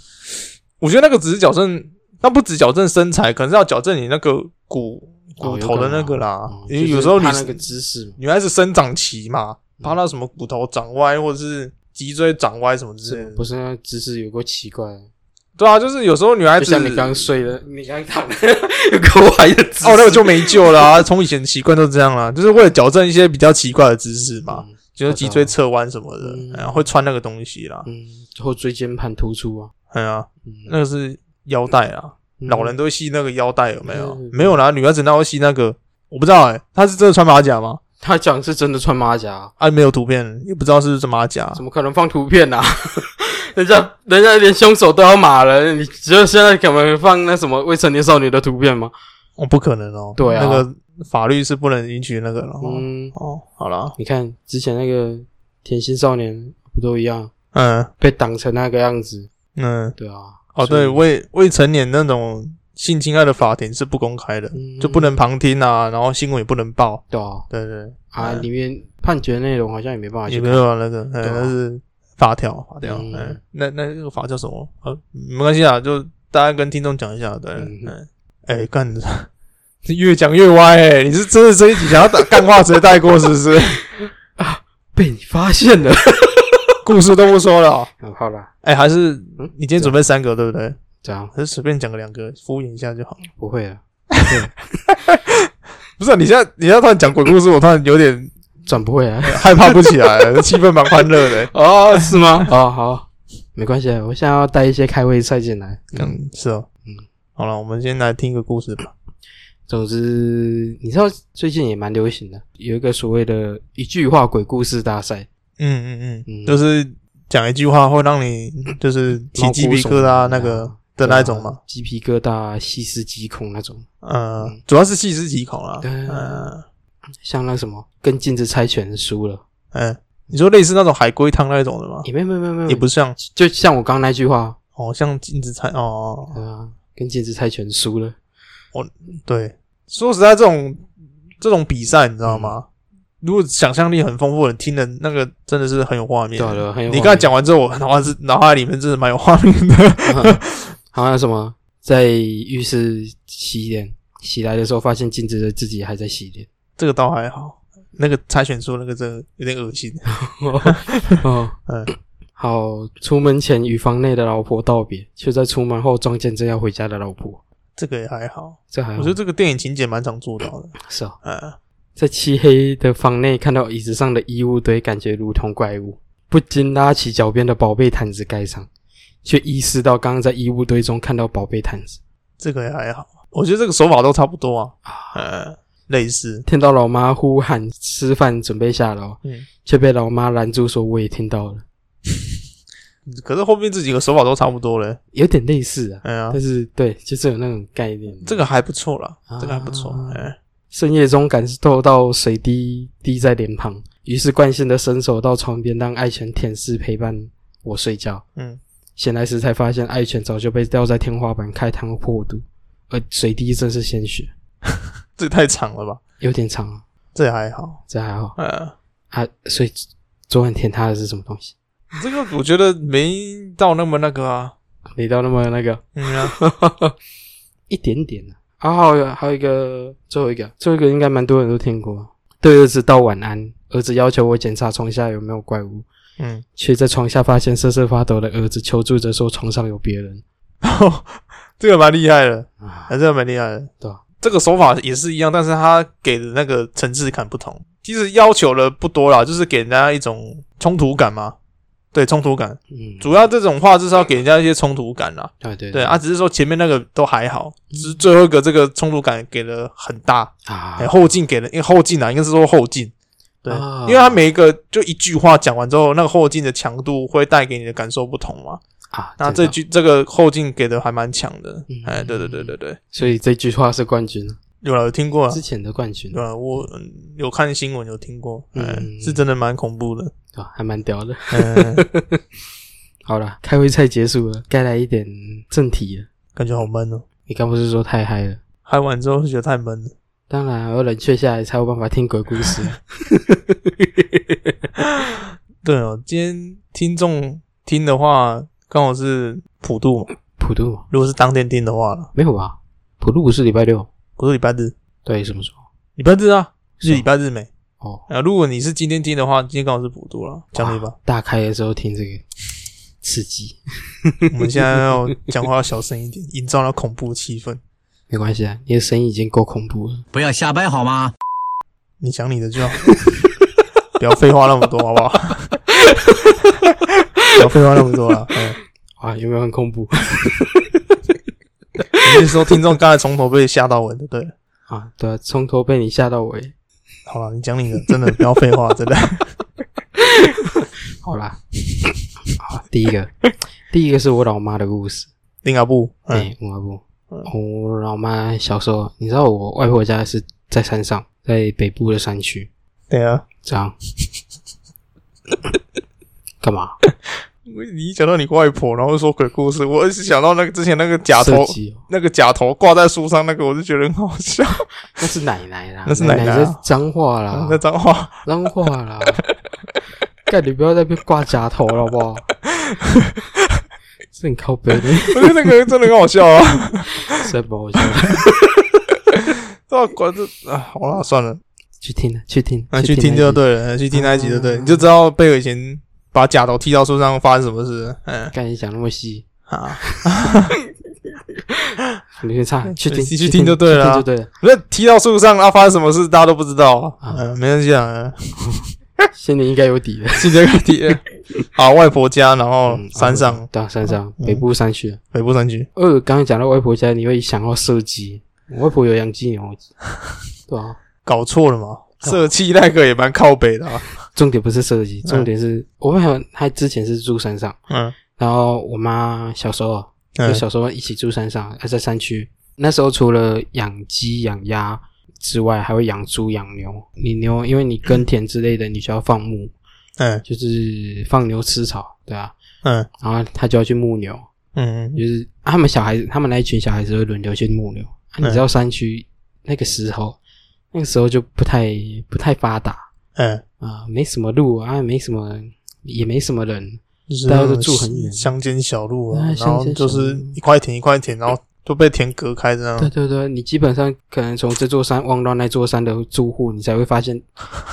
我觉得那个只是矫正，那不止矫正身材，可能是要矫正你那个骨哦骨头的那个啦。嗯因为就是有时候女怕那个嗯姿势嘛，女孩子生长期嘛，怕到什么骨头长歪或者是脊椎长歪什么之类是的。不是那个姿势有够奇怪的，对啊，就是有时候女孩就子像你刚睡的，你刚躺的 有够歪的姿势，哦，那个就没救了啊！ 从以前习惯都这样啦、就是为了矫正一些比较奇怪的姿势嘛，嗯就是脊椎侧弯什么的，嗯然后会穿那个东西啦。嗯，后椎间盘突出啊，哎呀，嗯那个是腰带啊。老人都会系那个腰带，有没有？嗯没有啦，女孩子那会系那个，我不知道哎、她是真的穿马甲吗？他讲是真的穿马甲啊，啊，没有图片，也不知道是不是马甲怎。么可能放图片啊？ 人家人家连凶手都要码了，你只有现在可能放那什么未成年少女的图片吗？哦，不可能哦，对啊那个法律是不能允许那个了。哦嗯，哦，好啦，你看之前那个甜心少年不都一样嗯被挡成那个样子？嗯，对啊，哦，所以对，未未成年那种性侵害的法庭是不公开的，嗯就不能旁听啊，然后新闻也不能报。对啊，对对，啊，嗯里面判决内容好像也没办法也去没看，有啊那个，哎，对啊那是法条，法条，嗯哎，那那个法叫什么？呃，没关系啊，就大家跟听众讲一下，对，嗯嗯，哎，干， 这越讲越歪，哎，你是真的这一集想要打干话直接带过是不是？ 被你发现了。故事都不说了哦，嗯好啦，哎，还是嗯你今天准备三个对不对？这样还是随便讲个两个敷衍一下就好了？不会 了，不是啊，你现在你现在突然讲鬼故事，我突然有点转不回来。害怕不起来了， 气氛蛮欢乐的，哦，是吗？哦，好，没关系，啊我现在要带一些开胃菜进来。嗯，嗯，是哦，嗯，好了，我们先来听一个故事吧，总之，你知道最近也蛮流行的，有一个所谓的一句话鬼故事大赛，嗯嗯嗯，嗯就是讲一句话会让你就是起鸡皮疙瘩那个嗯的那一种嘛，嘛。呃鸡皮疙瘩、啊细思极恐那种，呃，主要是细思极恐啦。嗯对啊嗯像那什么跟镜子猜拳输了，嗯，你说类似那种海龟汤那一种的吗？也没有没有没有没有，也不像就像我刚刚那句话，哦，像镜子菜哦，对啊，跟镜子猜拳输了，嗯对。说实在，这种这种比赛你知道吗？如果想象力很丰富，你听的那个真的是很有画面。对啊对啊很有你画刚才面讲完之后，我脑海是脑海里面真的蛮有画面的。 好像什么在浴室洗脸，洗来的时候发现镜子的自己还在洗 脸。这个倒还好，那个猜拳说那个真的有点恶心。哦，嗯，好，出门前与房内的老婆道别，却在出门后撞见正要回家的老婆。这个也还好，这还我好觉得这个电影情节蛮常做到的。是哦，嗯，在漆黑的房内看到椅子上的衣物堆，感觉如同怪物，不禁拉起脚边的宝贝毯子盖上，却意识到刚刚在衣物堆中看到宝贝毯子。这个也还好，我觉得这个手法都差不多啊。嗯，类似。听到老妈呼喊吃饭准备下楼，嗯，却被老妈拦住说我也听到了，可是后面这几个手法都差不多嘞。有点类似啊，哎呀，但是对，就是有那种概念。这个还不错啦，啊这个还不错。哎，深夜中感受到水滴滴在脸庞，于是惯性的伸手到床边，让爱犬舔舐陪伴我睡觉。嗯，醒来时才发现爱犬早就被吊在天花板开膛破肚，而水滴正是鲜血，这也太长了吧？有点长啊，这也还好。这还好嗯，啊。所以昨晚舔它的是什么东西？这个我觉得没到那么那个啊。没到那么那个，嗯 啊，一点点啊。啊，还有还有一个，最后一个，最后一个应该蛮多人都听过。对儿子道晚安，儿子要求我检查床下有没有怪物，嗯，却在床下发现瑟瑟发抖的儿子求助着说床上有别人这个蛮厉害的，啊，还是蛮厉害的。对啊这个手法也是一样，但是他给的那个层次感不同。其实要求的不多啦，就是给人家一种冲突感嘛。对，冲突感，嗯，主要这种话就是要给人家一些冲突感啦。对对嗯对啊，只是说前面那个都还好，只是最后一个这个冲突感给的很大，哎、啊，后劲给了，因为后劲啊，应该是说后劲。对，啊因为他每一个就一句话讲完之后，那个后劲的强度会带给你的感受不同嘛。啊，那真这的，句这个后劲给的还蛮强的嗯，哎、对对对对对，所以这句话是冠军，有啦有听过啊之，前的冠军，对啊，我嗯有看新闻有听过，哎、嗯是真的蛮恐怖 的。对吧？还蛮屌的。嗯，好了，开胃菜结束了，该来一点正题了。感觉好闷哦，你刚不是说太嗨了？嗨完之后就觉得太闷了。当然，我冷却下来才有办法听鬼故 事。对哦，今天听众听的话，刚好是普渡嘛，普渡如果是当天听的话啦，没有吧？普渡不是礼拜六？不是礼拜日，对，什么时候？礼拜日啊，是礼拜日没哦，啊？如果你是今天听的话，今天刚好是普渡了，讲理吧。大开的时候听这个，刺激，我们现在要讲话要小声一点， 营造那恐怖气氛。没关系啊，你的声音已经够恐怖了。不要瞎掰好吗？你讲你的就好，不要废话那么多，好不好？ 不要废话那么多了。嗯，哇，有没有很恐 怖你是说听众刚才从头被吓到尾的？对，啊？对啊，从头被你吓到尾。好了，你讲你的，真的不要废话，真 的。好 啦，好，第一个，第一个是我老妈的故事。林阿布，哎、嗯，我老不，嗯我老妈小时候，你知道我外婆家是在山上，在北部的山区，对啊，这样。 干嘛？我你一讲到你外婆，然后说鬼故事，我一直想到那个之前那个假头设，计哦那个假头挂在树上那个，我就觉得很好笑。那是奶奶啦，那是奶奶奶啊是脏话啦 ，那脏话，脏话啦。干，你不要在那边挂假头了，好不好？是很靠背的，我觉得那个真的很好笑啊。 实在不好笑。 那管这啊，好了，算了，去听了，去听，那去听那就集。对了，去听那一集就对，嗯你就知道贝尔以前把假头踢到树上发生什么事。嗯干你讲那么细，啊，你先唱，去 听，去听就对了啊去听就对了。那踢到树上，那发生什么事大家都不知道啊。啊嗯，没关系啊，心里应该有底了。今天开题 了啊，外婆家，然后嗯山啊上嗯对啊，山上北部山区。北部山区，二，刚刚讲到外婆家，你会想到射击。我外婆有养鸡牛， 对啊。搞错了嘛？社气那个也蛮靠北的啊。重点不是射击，重点是、我外婆她之前是住山上，嗯然后我妈小时候就嗯小时候一起住山上，还在山区。那时候除了养鸡、养鸭之外，还会养猪、养牛。你牛，因为你耕田之类的，你需要放牧，嗯就是放牛吃草，对啊。嗯然后她就要去牧牛，嗯就是、啊他们小孩子，他们那一群小孩子会轮流去牧牛。嗯啊、你知道山区那个时候，那个时候就不太不太发达，嗯嗯，啊，没什么路啊，没什么，也没什么人，就是大家都住很远乡间小路啊哎，然后乡间小就路是一块田一块田，然后都被田隔开这样对。对对，你基本上可能从这座山望到那座山的住户，你才会 发现，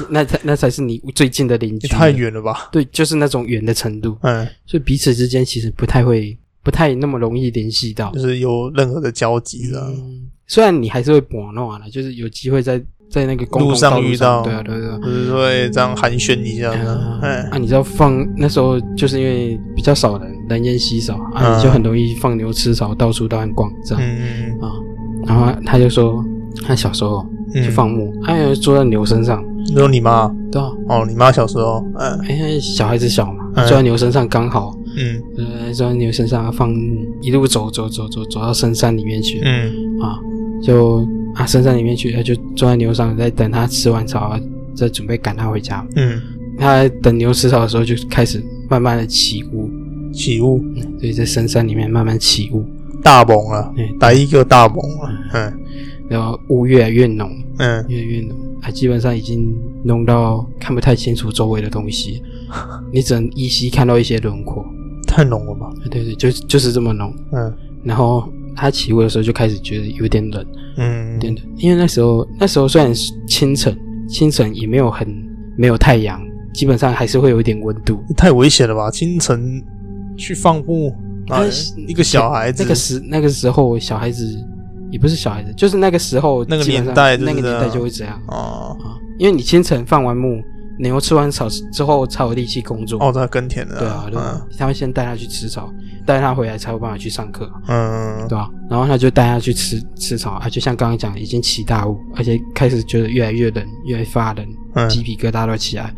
那才那才是你最近的邻居也。太远了吧？对，就是那种远的程度，嗯，所以彼此之间其实不太会，不太那么容易联系到就。是有任何的交集的。嗯，虽然你还是会玩弄了，就是有机会在在那个公路共上道路遇上到对啊对啊对啊。就是会这样寒暄一下这样，哎，啊，你知道放那时候就是因为比较少人，人烟稀少啊，嗯你就很容易放牛吃草，到处乱逛这样嗯，啊。然后他就说，他小时候嗯去放牧，他有坐在牛身上，你说你妈对啊，哦，你妈小时候，嗯哎，因为小孩子小嘛，嗯坐在牛身上刚好，嗯呃，坐在牛身上放牧，一路走走走走走到深山里面去嗯啊，就啊深山里面去，呃就坐在牛上在等他吃完草，啊再准备赶他回家。嗯，他在等牛吃草的时候就开始慢慢的起雾。起雾所以在深山里面慢慢起雾，大萌了，哎、打一个大萌了，嗯然后雾越来越浓，嗯，越来越浓，啊，基本上已经浓到看不太清楚周围的东西，你只能依稀看到一些轮廓。太浓了吧？啊对对，就就是这么浓。嗯然后它起雾的时候就开始觉得有点冷，有嗯点冷，因为那时候那时候虽然是清晨，清晨也没有很没有太阳，基本上还是会有一点温度。太危险了吧？清晨去放牧，啊但呃是，一个小孩子那，个时那个时候小孩子也不是小孩子，就是那个时候那个基本上年代就是那个这年样代就会这样。哦啊，因为你清晨放完牧，牛吃完草之后才有力气工作。哦，他耕田了，对啊，对啊，嗯他会先带它去吃草，带它回来才有办法去上课，嗯嗯对啊吧、然后他就带它去吃吃草啊，就像刚刚讲，已经起大雾，而且开始觉得越来越冷，越来越发冷，嗯鸡皮疙瘩都起来。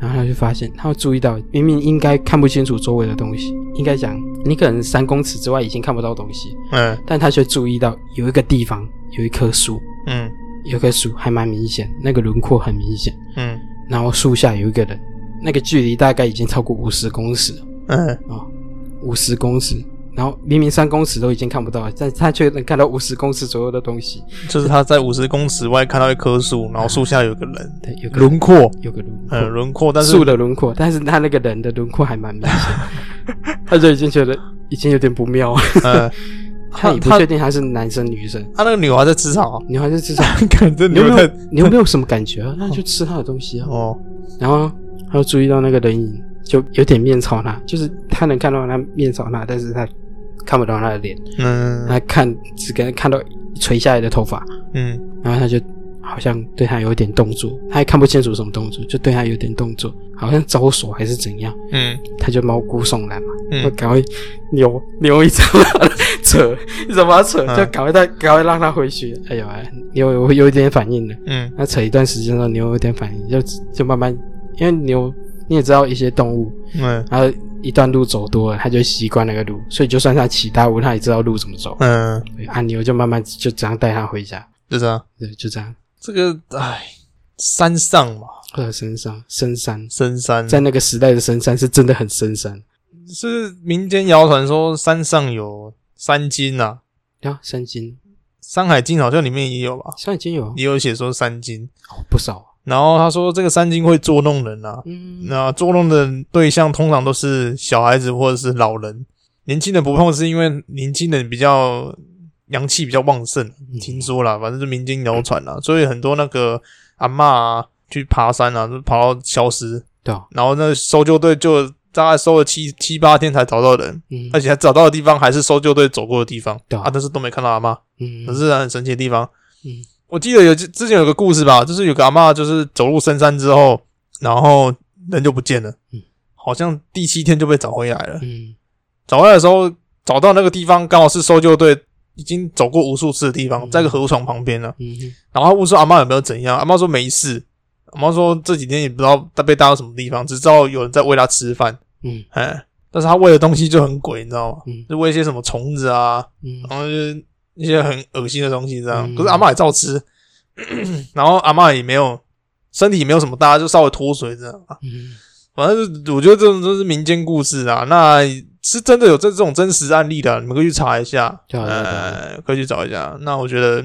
然后他就发现，他就注意到，明明应该看不清楚周围的东西，应该讲你可能三公尺之外已经看不到东西，嗯但他却注意到有一个地方有一棵树，嗯有一棵树还蛮明显，那个轮廓很明显。嗯然后树下有一个人，那个距离大概已经超过五十公尺嗯啊，五、0十公尺。然后明明三公尺都已经看不到了，但他却能看到五十公尺左右的东西。就是他在五十公尺外看到一棵树，然后树下有个人，对，有个轮廓，有个轮廓，嗯，轮廓，但是树的轮廓，但是他那个人的轮廓还蛮明显， 他就已经觉得已经有点不妙了。嗯，他也 不他确定他是男生女生，他那个女孩在吃草，啊 你还是至少看这你女有没孩有你有没有什么感觉啊？那就吃他的东西啊。哦，然后他就注意到那个人影，就有点面朝他，就是他能看到他面朝他，但是他看不到他的脸，嗯他看只跟看到垂下来的头发，嗯然后他就好像对他有点动作，他也看不清楚什么动作，就对他有点动作，好像招手还是怎样，嗯他就毛骨悚然嘛，就嗯赶快扭扭一张扯，一直把他扯，嗯就赶快带赶快让他回去。哎呦，哎有有有一点反应了。嗯那扯一段时间之后，牛有点反应，就就慢慢，因为牛你也知道一些动物，嗯然后一段路走多了，它就习惯那个路，所以就算它起大雾，它也知道路怎么走。嗯，对啊，牛就慢慢就这样带它回家，就这样，对，就这样。这个唉，山上嘛，或者深山，深山，深山在那个时代的深山是真的很深山，是民间谣传说山上有山精啊，啊，山精， 《山海经》好像里面也有吧，现在已经有也有写说山精。哦不少，然后他说这个山精会捉弄人啊，嗯，那捉弄的对象通常都是小孩子或者是老人，年轻人不碰，是因为年轻人比较阳气比较旺盛，嗯听说啦，反正是民间谣传啦，所以很多那个阿嬷啊去爬山啊，就跑到消失，对啊，然后那搜救队就大概搜了七七八天才找到人，嗯而且还找到的地方还是搜救队走过的地方，对啊啊，但是都没看到阿嬷，嗯，可是很神奇的地方。嗯我记得有之前有个故事吧，就是有个阿嬷就是走入深山之后，然后人就不见了，嗯好像第七天就被找回来了。嗯找回来的时候，找到那个地方刚好是搜救队已经走过无数次的地方，嗯在一个河床旁边了。嗯哼然后他问说阿嬷有没有怎样，阿嬷说没事。阿嬷说这几天也不知道她被带到什么地方，只知道有人在喂她吃饭，嗯哎，但是她喂的东西就很鬼，你知道吗？嗯就喂一些什么虫子啊，嗯然后就是一些很恶心的东西这样。嗯可是阿嬷也照吃，然后阿嬷也没有身体也没有什么大，就稍微脱水这样。嗯，反正就我觉得这种都是民间故事啊，那是真的有这这种真实案例的，啊你们可以去查一下，对啊对啊对啊呃，可以去找一下。那我觉得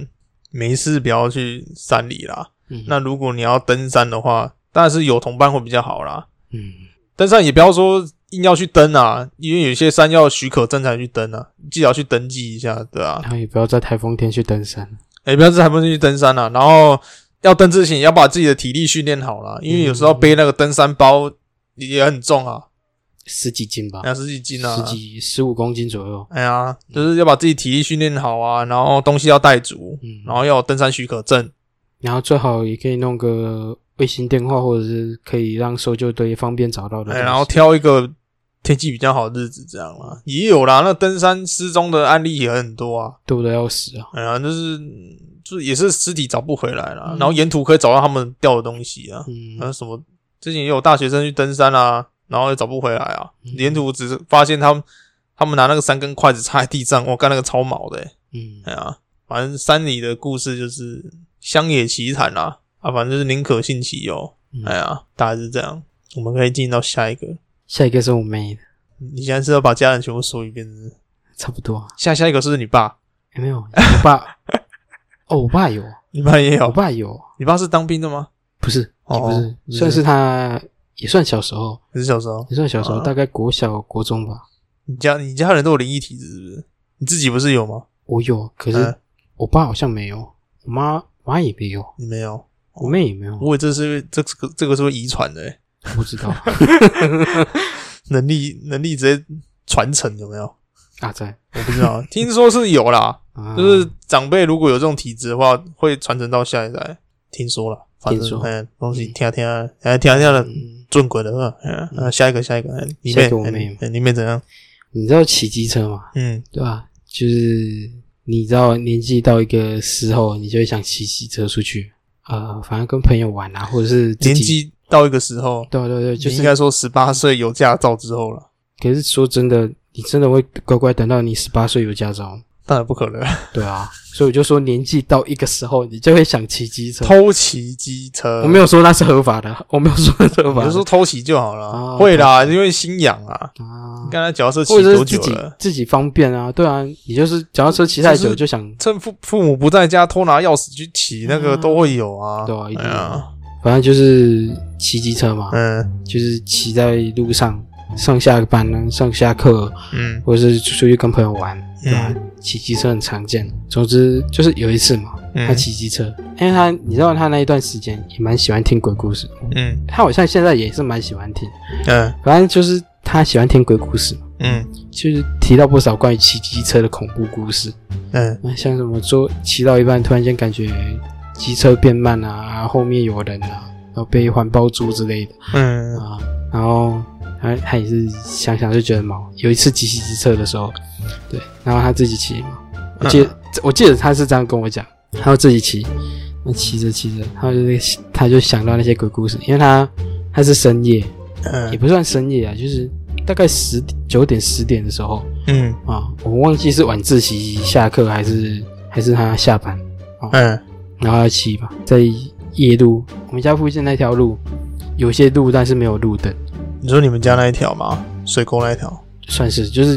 没事不要去山里啦。嗯那如果你要登山的话，当然是有同伴会比较好啦。嗯，登山也不要说硬要去登啊，因为有些山要许可证才去登啊，记得要去登记一下，对啊。然后也不要在台风天去登山。哎、不要是还不是去登山啊，然后要登之前也要把自己的体力训练好啦，因为有时候背那个登山包也很重啊，十几斤吧，两十几斤啊，嗯十几十五公斤左右。哎呀，就是要把自己体力训练好啊，然后东西要带足，嗯，然后要有登山许可证。然后最好也可以弄个卫星电话，或者是可以让搜救队方便找到的东哎，西。然后挑一个天气比较好的日子，这样啦，也有啦。那登山失踪的案例也很多啊，多的要死啊！哎呀，就是嗯就是也是尸体找不回来啦，嗯然后沿途可以找到他们掉的东西啊，还嗯有什么之前也有大学生去登山啊，然后也找不回来啊，嗯沿途只是发现他们他们拿那个三根筷子插在地上，我干那个超毛的、欸，嗯，哎呀，反正山里的故事就是乡野奇谈啦、啊，反正就是宁可信其有。嗯哎呀，大概是这样。我们可以进到下一个。下一个是我妹的，你现在是要把家人全部说一遍是不是差不多。哎下下一个是不是你爸，有没有？我 爸，哦，我爸有，你爸也我有。爸有，你爸是当兵的吗？不是，也不哦是，不是算是他，也算小时候，还是小时候？也算小时候，啊大概国小、国中吧。你家你家人都有灵异体质是不是？你自己不是有吗？我有，可嗯哦是我爸好像没有，我妈我妈也没有，你没有。我妹也没有，我以为这是这这个这个是会遗传的、欸，我不 知道能力能力直接传承有没有？啊，在，我不知 道，听说是有啦。啊就是长辈如果有这种体质的话，会传承到下一代。听说了，反听正说哎，东西听啊听啊，哎听啊听的，嗯正鬼的啊。嗯那下一个下一个，哎你下妹一个我哎妹哎你妹怎样？你知道骑机车吗？嗯，对吧、就是你知道年纪到一个时候，你就会想骑机车出去，呃，反正跟朋友玩啊，或者是自年己，纪到一个时候，对啊对对，就你应是。该说十八岁有驾照之后了，可是说真的，你真的会乖乖等到你十八岁有驾照，当然不可能对啊，所以我就说年纪到一个时候，你就会想骑机车。偷骑机车。我没有说那是合法的， 我没有说那 是合你法就的，说偷骑就好哦了。会啦，因为心痒啊。啊，刚才脚踏车骑或者多是自久己了？自己方便啊，对啊，你就是脚踏车骑太就久是就想，趁父父母不在家偷拿钥匙去骑，那个嗯都会有啊。对啊一定哎呀，反正就是骑机车嘛，嗯就是骑在路上上下班啊、上下课，嗯或者是出去跟朋友玩，对吧、嗯骑机车很常见。总之就是有一次嘛，嗯他骑机车，因为他你知道他那一段时间也蛮喜欢听鬼故事，嗯他好像现在也是蛮喜欢听，嗯。反正就是他喜欢听鬼故事嘛，嗯就是提到不少关于骑机车的恐怖故事，嗯那像什么说骑到一半突然间感觉机车变慢啊，后面有人啊，然后被环抱住之类的。嗯啊，然后他他也是想想就觉得毛。有一次骑骑机车的时候，对，然后他自己骑嘛，我记得、嗯我记得他是这样跟我讲，他要自己骑，那骑着骑着，他就那个他就想到那些鬼故事，因为他他是深夜，也嗯不算深夜啊，就是大概十九点十点的时候嗯啊，我忘记是晚自习下课还是还是他下班，嗯然后他骑嘛，在夜路，我们家附近那条路有些路但是没有路灯。你说你们家那一条吗？水沟那一条？算是就是，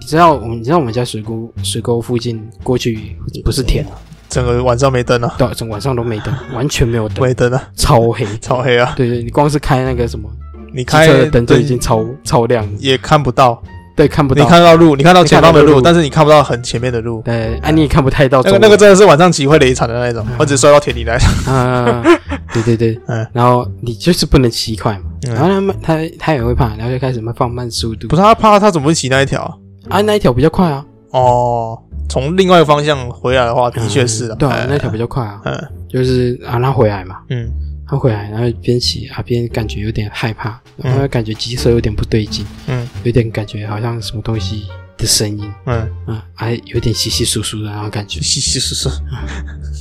你知道我们你知道我们家水沟水沟附近过去不是田，整个晚上没灯啊，到整晚上都没 灯，完全没有灯，没灯啊，超黑。超黑啊！对对，你光是开那个什么你机开车的灯就已经超超亮了，也看不到，对，看不你到。看到路，你看到前方的你看到路，路但是你看不到很前面的路。呃，啊，你也看不太到那中个文。那个真的是晚上骑会雷惨的那一种嗯，我只摔到田里来。啊， 对对对，嗯然后你就是不能骑快嘛，嗯然后他慢他他也会怕，然后就开始慢放慢速度不。是他怕他怎么会骑那一条？啊，那一条比较快啊，哦，从另外一个方向回来的话，的确是嗯啊。对啊，哎那条比较快啊，嗯就是啊，他回来嘛，嗯他回来，然后边骑啊边感觉有点害怕，嗯然后感觉机车有点不对劲，嗯有点感觉好像什么东西的声音嗯，啊，还有点稀稀疏疏的那种感觉，稀稀疏疏。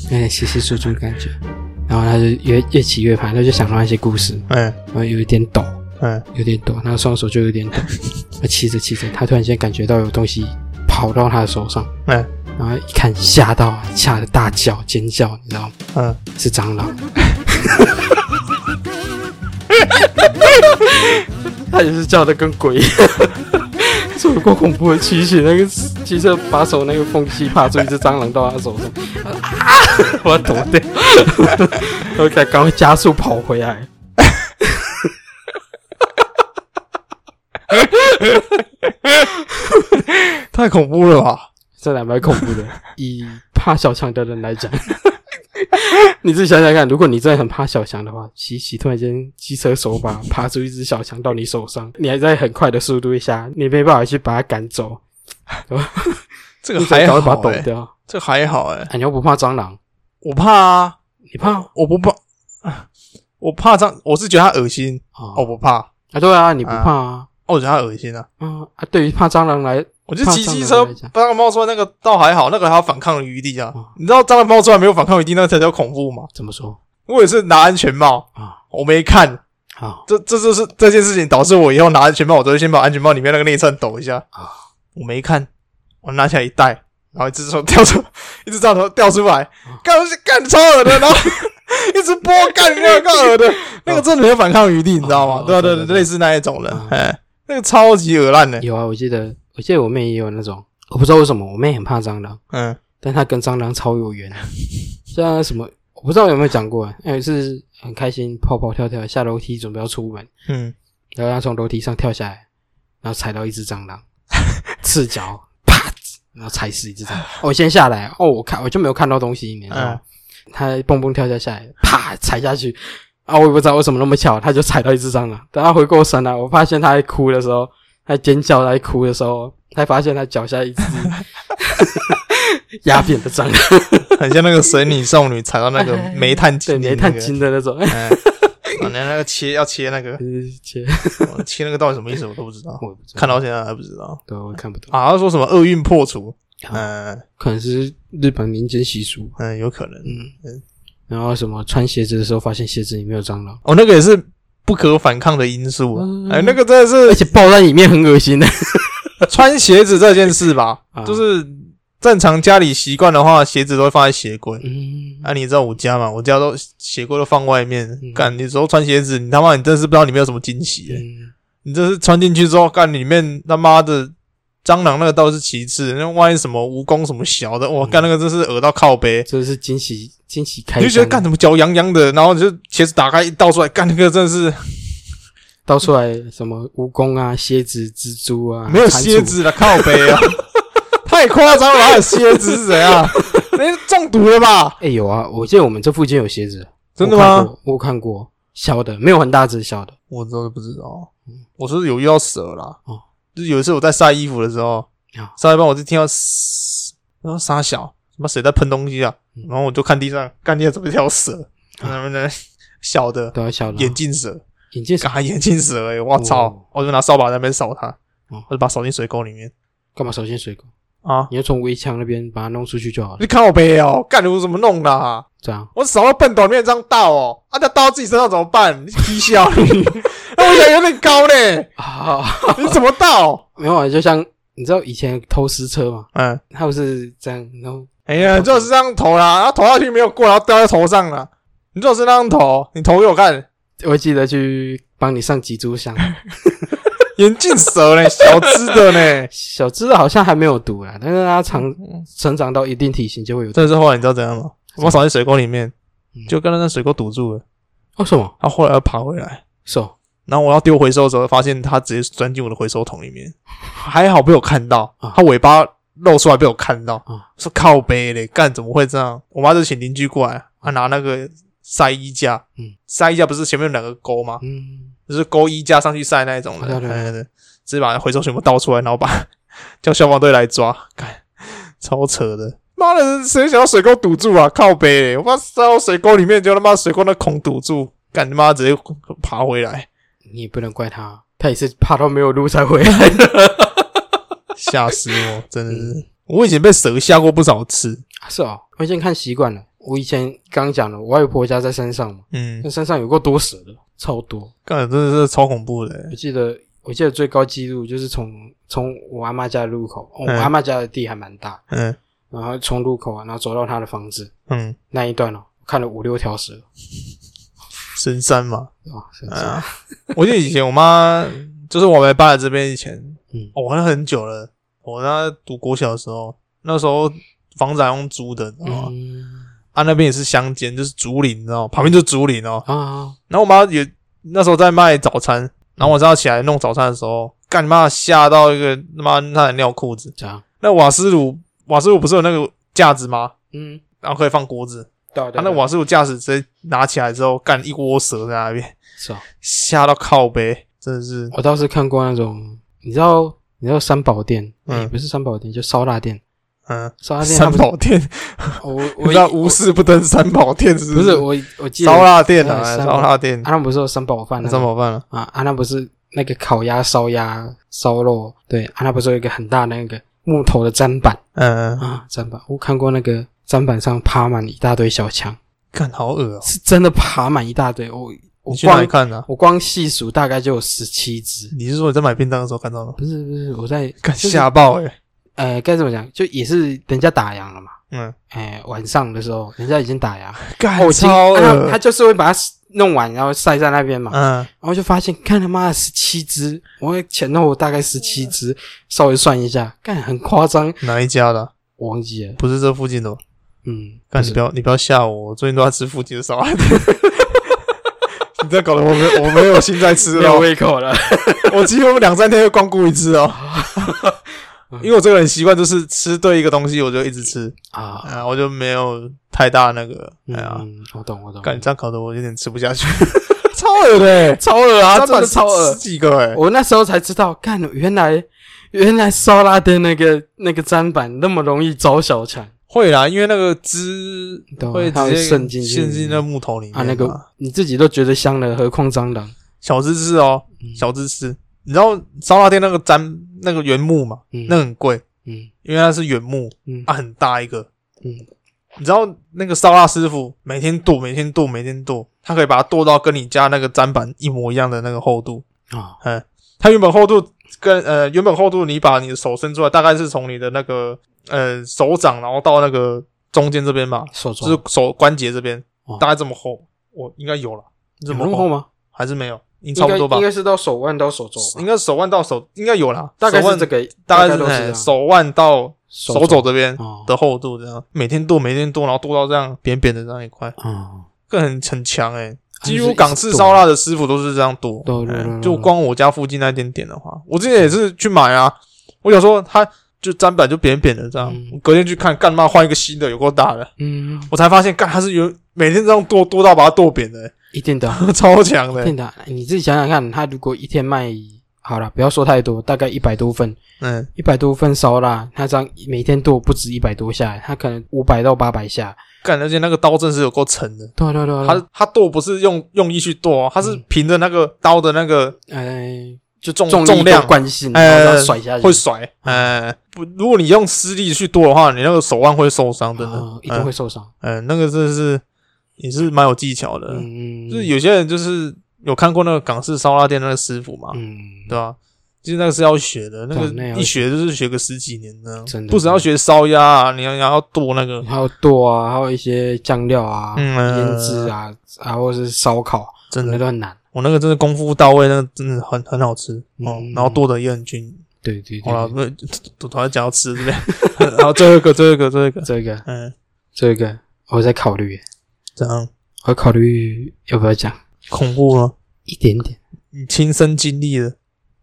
有点稀稀疏疏的感觉。然后他就越越骑越怕，他就想到那些故事，嗯然后有一点抖，嗯有点抖，那双手就有点抖。他骑着骑着，他突然间感觉到有东西跑到他的手上，嗯然后一看吓到，吓得大叫尖叫，你知道吗？嗯，是蟑螂。 他也是叫的跟鬼一样， 这有够恐怖的骑起那个骑车把手那个缝隙爬出一只蟑螂到他手上， 啊！我要躲掉，然后赶赶快加速跑回来，太恐怖了吧？这两蛮恐怖的。 以怕小强的人来讲， 你自己想想看，如果你真的很怕小强的话，洗洗突然间机车手 把爬出一只小强到你手上，你还在很快的速度下，你没办法去把它赶走，这个你还才好会把它欸抖掉。这个还好哎、啊你又不怕蟑螂？我怕啊，你怕啊？我不怕， 我怕这样，我是觉得他恶心，哦我不怕，啊，对啊，你不怕啊？哦我觉得他恶心啊。啊啊，对于怕蟑螂来，我觉得骑机怕蟑车螂来讲蟑螂猫出来那个倒还好，那个还有反抗的余地啊哦。你知道蟑螂猫出来没有反抗余地，那才叫恐怖嘛。怎么说我也是拿安全帽，啊？我没看，好，这这就是这件事情导致我以后拿安全帽，我都会先把安全帽里面那个内衬抖一下啊。我没看，我拿起来一戴，然后一只手掉出，一只大头掉出啊来，干干超恶的，然后 一直拨干那个干恶的，那个真的没有反抗余地，你知道吗哦？对啊对对，啊对对对类似那一种人啊，哎，那个超级恶烂的，有啊，我记得，我记得我妹也有那种，我不知道为什么，我妹很怕蟑螂，嗯但她跟蟑螂超有缘， 像什么，我不知道有没有讲过、啊，有一次很开心跑跑跳跳下楼梯准备要出门，嗯，然后她从楼梯上跳下来，然后踩到一只蟑 螂，赤脚啪，然后踩死一只蟑螂，哦我先下来，哦，我看我就没有看到东西，你知道吗？嗯她蹦蹦跳跳下来，啪踩下去。啊，我也不知道为什么那么巧，她就踩到一只蟑螂。等她回过神来，我发现她在哭的时候，他尖叫在哭的时候，才发现他脚下 一只压扁的蟑螂，很像那个水泥少女踩到那个煤炭哎对，精灵煤那个，炭精的 那种。哎，啊，你那个切要切 那个切我切那个到底什么意思我都不知道，我不知道，看到现在还不知道对，我看不懂，啊，他说什么厄运破除，啊嗯可能是日本民间习俗。嗯，有可能嗯，然后什么穿鞋子的时候发现鞋子里面有蟑螂，哦，那个也是不可反抗的因素啊，嗯哎，那个真的是而且抱在里面很恶心的。穿鞋子这件事吧 啊，就是正常家里习惯的话，鞋子都会放在鞋柜。嗯，啊，你知道我家嘛？我家都鞋柜都放外面嗯。干、你有时候穿鞋子，你他妈你真是不知道里面有什么惊喜、欸嗯你这是穿进去之后，干里面他妈的蟑螂那个倒是其次，那万一什么蜈蚣什么小的，嗯哇，干那个真是恶到靠背。这是惊喜惊喜开你箱，就觉得干什么脚痒痒的，然后你就鞋子打开一倒出来，干那个真的是倒出来什么蜈蚣啊、蝎子、蜘蛛啊，没有蟾蜍蝎子的靠背 啊，太夸张了！还有蝎子是怎样？人家中毒了吧？哎、有啊，我记得我们这附近有鞋子，真的我看吗？过？我有看过小的，没有很大只，小的。我真的不知道，我是有遇到蛇啦。哦就是有一次我在晒衣服的时候啊，晒一半我就听到嘶，然后沙小，他妈谁在喷东西啊？嗯然后我就看地上，看地上怎么一条蛇，然后 呢，小的对啊，小的啊眼镜蛇，眼镜干眼镜蛇哎，我哦操！我就拿扫把在那边扫它哦，我就把它扫进水沟里面干嘛首先水沟？啊！你要从围墙那边把它弄出去就好了。你靠背哦，干我怎么弄的啊？这样，我扫到笨斗里面这样倒哦，啊，那倒到自己身上怎么办？你踢笑你， 那我想有点高嘞，啊，你怎么倒？没有啊，就像你知道以前偷私车嘛，嗯。他不是这样，然后哎呀，你就是这样投啦，啊然后投下去没有过，然后掉在头上了。你就是那样投，你投给我看，我记得去帮你上脊 柱箱，眼镜蛇 呢，小只的呢。小只的好像还没有毒啦，但是它长嗯成长到一定体型就会有毒。这是后来你知道怎样吗？我把它扫进水沟里面嗯，就跟那水沟堵住了。哦，什么它后来又爬回来，手？然后我要丢回收的时候，发现它直接钻进我的回收桶里 面。还好被我看到啊，它尾巴露出来被我看到啊，说靠背嘞，干怎么会这样？我妈就请邻居过来，她拿那个晒衣架嗯，晒衣架不是前面有两个钩吗？嗯，就是勾衣架上去晒那一种的，哎对啊对啊对对，直接把回收全部倒出来，然后把 叫消防队来抓，干超扯的。妈的，谁想要水沟堵住啊？靠北欸、我把塞到水沟里面，就他妈水沟那孔堵住，干他妈直接爬回来，你也不能怪它，它也是怕到没有路才 啊回来的。吓死我！真的是，我以前被蛇吓过不少次。啊是哦，我已经看习惯了。我以前刚讲了，我外婆家在山上嘛，嗯那，山上有过多蛇的，超多。干真的是超恐怖的欸、我记得我记得最高纪录就是从从我阿妈家的路口，哦我嗯阿妈家的地还蛮大，嗯然后从路口啊，然后走到她的房子嗯，那一段哦，我看了五六条蛇，深山嘛，哇，真是啊，我记得以前我妈就是我们搬来这边以前，嗯哦，那很久了。我那读国小的时候，那时候房子还用租的，你知道吗？嗯啊，那边也是乡间，就是竹林，你知道吗？旁边就是竹林哦。啊，然后我妈也那时候在卖早餐，然后我早上起来弄早餐的时候，干你妈吓到一个他妈差点尿裤子。这样，那瓦斯炉瓦斯炉不是有那个架子吗？嗯，然后可以放锅子，对啊他、那瓦斯炉架子直接拿起来之后，干一窝蛇在那边， 是啊，吓到靠背，真的是我倒是看过那种，你知道，你知道三宝店，嗯嗯，不是三宝店，就烧腊店，嗯。烧腊店他三们，宝店，我你 我知道无事不登三宝店是不是是我我记得烧腊店啊，哎三宝烧腊店啊，他们不是有三宝饭那啊怎么办了？啊，啊那不是那个烤鸭、烧鸭、烧肉，对，啊那不是有一个很大的那个木头的砧板嗯，啊，砧板，我看过那个砧板上爬满一大堆小强，看好恶哦！是真的爬满一大堆，我我你去哪里光看呢？我光细数大概就有十七只，你是说你在买便当的时候看到了？不是不是，我在看就是吓爆哎！呃该怎么讲，就也是人家打烊了嘛。嗯，哦哎、晚上的时候，人家已经打 烊，干后啊超他恶他。就是会把它弄完，然后晒在那边嘛。啊嗯，然后就发现，看他妈的十七只，我前后大概十七只，稍微算一下，干很夸张，哪一家的啊？我忘记了，不是这附近的吗？嗯，干但你是不要你不要吓我，我最近都在吃附近的 烧腊店。你这样搞得我没有我没有心在 吃没了有，胃口了，我几乎两三天就光顾一次 哦。因为我这个人习惯就是吃对一个东西我就一直吃啊，啊，我就没有太大那个哎呀，嗯，我懂我懂，感觉这样搞得我有点吃不 下去，超恶的、 欸，超恶啊，三真百的超十恶，几个哎、我那时候才知道，看原来原来烧腊的那个那个砧板那么容易招小强，会啦，因为那个汁懂啊会它直会接渗进去陷进那木头里面啊，那个嘛你自己都觉得香了，何况蟑螂？小芝士哦，嗯小芝士，你知道烧腊店那个粘那个原木嘛，嗯那很贵，嗯因为它是原木，嗯它很大一个，嗯，你知道那个烧腊师傅每天剁，每天剁，每天剁，他可以把它剁到跟你家那个砧板一模一样的那个厚度。啊，它原本厚度跟呃原本厚度，你把你的手伸出来，大概是从你的那个呃手掌，然后到那个中间这边吧，手就肘是手关节这边哦，大概这么厚。我应该有了，这有么那么厚吗？还是没有？应该差应该不多吧应？该是到手腕到手肘吧，应该手腕到手应该有啦，大概手是腕这个，大概概是都是这哎样手腕到手手肘这边哦的厚度，这样每天剁，每天剁，然后剁到这样扁扁的这样一块，啊，更很很强诶、就几是一乎直港式剁烧腊的师傅都是这样剁，对对哎对，就光我家附近那间店的话，我之前也是去买啊。我想说，它就砧板就扁扁的这样，嗯我隔天去看，干嘛换一个新的，有够大的。嗯，我才发现，干它是有每天这样剁剁到把它剁扁的、欸一定的， 超强一的、欸定的，你自己想想看，他如果一天卖好了，不要说太多，大概一百多份，嗯，一百多份烧腊，他这样每天剁不止一百多下，他可能五百到八百下，干，而且那个刀真是有够沉的。对对对，它它剁不是用用力去剁、哦，它是凭着那个刀的那个哎就重嗯重重量惯性，呃然后这样甩下去，嗯会甩。呃，不，如果你用施力去剁的话，你那个手腕会受伤，真的。啊一定会受伤，嗯、呃那个真的是也是蛮有技巧的。嗯，就是有些人就是有看过那个港式烧腊店那个师傅嘛，嗯，对吧、其实那个是要学的，那对那要个学一学就是学个十几年呢真，的不只要学烧鸭啊，你要你要剁那个，还有剁啊，还有一些酱料啊、嗯呃腌制啊，啊或者是烧烤，真那的，都很难。我那个真的功夫到位，那个真的很很好吃哦嗯，然后剁的也很均匀。对对好了，对，不是，突突然讲到吃这边， 然后最后一个，最后一个，最后一个，这个嗯，这个我在考虑，怎样？我考虑要不要讲恐怖吗？一点点。你亲身经历的，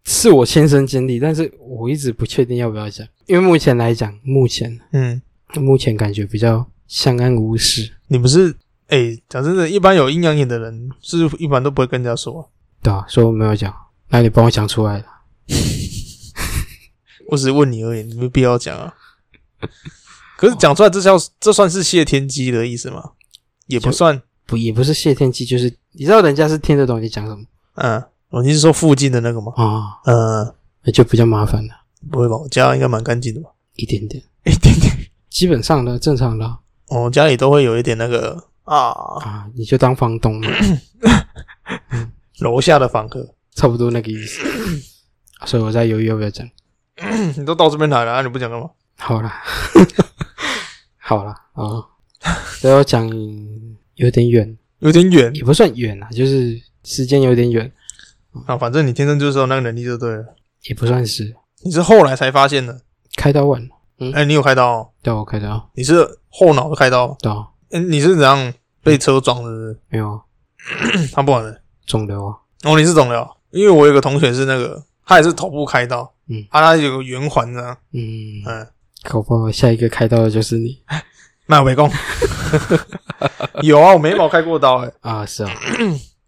是我亲身经历，但是我一直不确定要不要讲，因为目前来讲，目前嗯，目前感觉比较相安无事，你不是？哎、讲真的，一般有阴阳眼的人是一般都不会跟人家说啊、对吧、所以我没有讲，那你帮我讲出来了，我只是问你而已，你没必要讲啊。可是讲出来，这叫这算是谢天机的意思吗？也不算，不也不是谢天机，就是你知道人家是听得懂你讲什么嗯，哦，你是说附近的那个吗？啊，嗯，那就比较麻烦了不会吧？我家应该蛮干净的吧？一点点， 一点点，哦基本上呢正常的我、家里都会有一点那个啊，啊，你就当房东嘛， 楼下的房客，差不多那个意思。啊所以我在犹豫要不要讲。 你都到这边来了，啊、你不讲干嘛？好 啦，好啦，啊，所以我讲有点远，有点远也不算远啊，就是时间有点远，啊，反正你天生就是有那个能力就对了。也不算是你是后来才发现的，开刀晚了。哎、你有开刀、哦？对，我开刀，你是后脑开刀？对啊，哎、你是怎样被车撞的是没有啊不是？他不管了。肿瘤啊，哦哦，你是肿瘤，因为我有个同学是那个，他也是头部开刀，嗯，啊，他有个圆环的，嗯，嗯，搞不好下一个开刀的就是你卖围攻， 有啊，我眉毛开过刀、欸，诶，啊，是啊，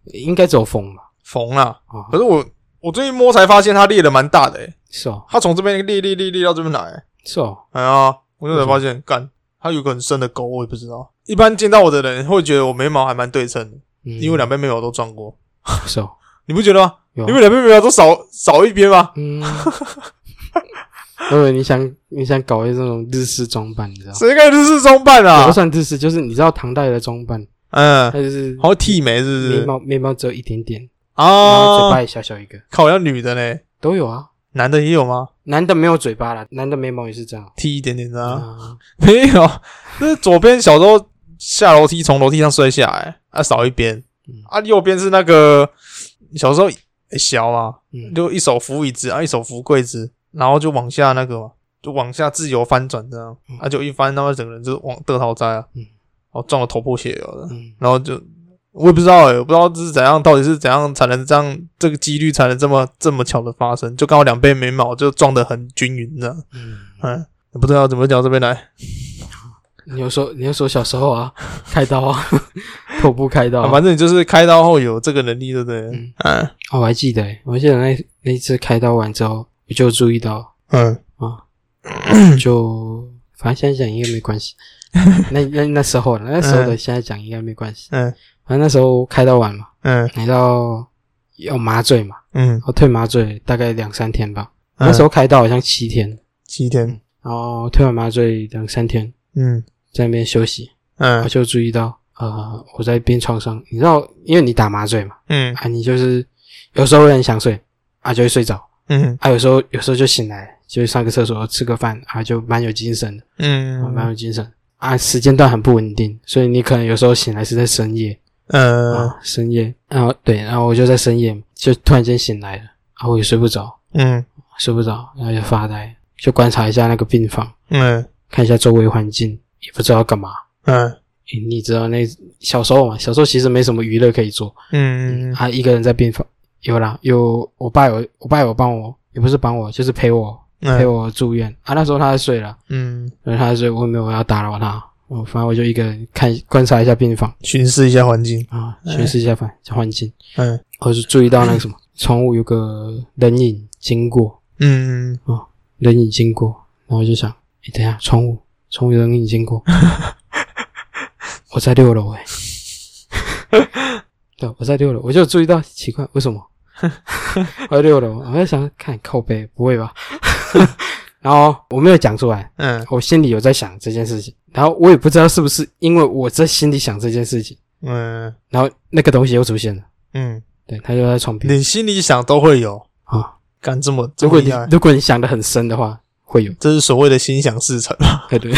应该只有缝吧？缝了，啊，可是我我最近摸才发现它裂的蛮大的、欸，诶，是哦，它从这边裂裂裂裂到这边来、欸，是哦，哎呀，我就才发现，干，它有个很深的沟，我也不知道。一般见到我的人会觉得我眉毛还蛮对称的，嗯因为两边眉毛都撞过，是哦，你不觉得吗？有啊因为两边眉毛都少少一边吗？嗯， 我以为你想你想搞一这种日式装扮，你知道？谁看日式装扮也啊不？算日式，就是你知道唐代的装扮，嗯它，就是好剃眉是不眉是？毛眉毛只有一点点，然后嘴啊巴，也小小一个，靠，要女的嘞，都有啊。男的也有吗？男的没有嘴巴啦，男的眉毛也是这样剃一点点的啊？啊。没有，就是左边小时候下楼梯从楼梯上摔下来，啊少一边嗯，啊右边是那个小时候欸小嘛，嗯，就一手扶椅子啊，一手扶柜子，然后就往下那个嘛，就往下自由翻转这样嗯，啊就一翻，他妈整个人就往得逃灾啊，嗯然后撞得头破血流的，嗯，然后就我也不知道哎、我不知道这是怎样，到底是怎样才能这样，这个几率才能这么这么巧的发生，就刚好两边眉毛就撞得很均匀这样，嗯，嗯，不知道怎么讲这边来。你有说你有说小时 候啊，开刀啊， 头部开刀啊啊、反正你就是开刀后有这个能力，对不对？嗯嗯哦，我还记得欸，我记得那那一次开刀完之后，我就注意到嗯，啊，就反正现在讲应该没关系。那那那时 候了，那时候的现在讲应该没关系。嗯反正那时候开刀完嘛，嗯来到要麻醉嘛，嗯，我退麻醉大概两三天吧。那时候开刀好像七天，七天，然后退完麻醉两三天，嗯在那边休息，我嗯就注意到，呃，我在病床上，你知道，因为你打麻醉嘛，嗯啊，你就是有时候会很想睡，啊，就会睡着，嗯啊，有时候有时候就醒来，就上个厕所吃个饭，啊，就蛮有精神的，啊嗯蛮有精神，啊，时间段很不稳定，所以你可能有时候醒来是在深夜，呃啊，深夜，然后对，然后我就在深夜就突然间醒来了，啊，我也睡不着，嗯睡不着，然后就发呆，就观察一下那个病房，嗯看一下周围环境，也不知道干嘛。嗯诶你知道那小时候嘛，小时候其实没什么娱乐可以做，嗯他一个人在病房。有啦，有我爸有我爸有帮我，也不是帮我，就是陪我陪嗯我住院啊。那时候他在睡了，嗯，然后他在睡，我也没有要打扰他，我反正我就一个人看观察一下病房巡视一下环境，啊，巡视一下环环境，嗯我就注意到那个什么窗户有个人影经过，嗯人影经过，然后我就想，诶、等一下窗户窗户有人影经过，我在六楼诶、 对，我在六楼，我就注意到奇怪，为什么？我在六楼，我在想，看靠背，不会吧？ 然后我没有讲出来，嗯我心里有在想这件事情，然后我也不知道是不是因为我在心里想这件事情，嗯然后那个东西又出现了，嗯，对，它就在床边你心里想都会有，嗯啊。干这么这如么果你厉害，如果你想的很深的话，会有，这是所谓的心想事 成，对对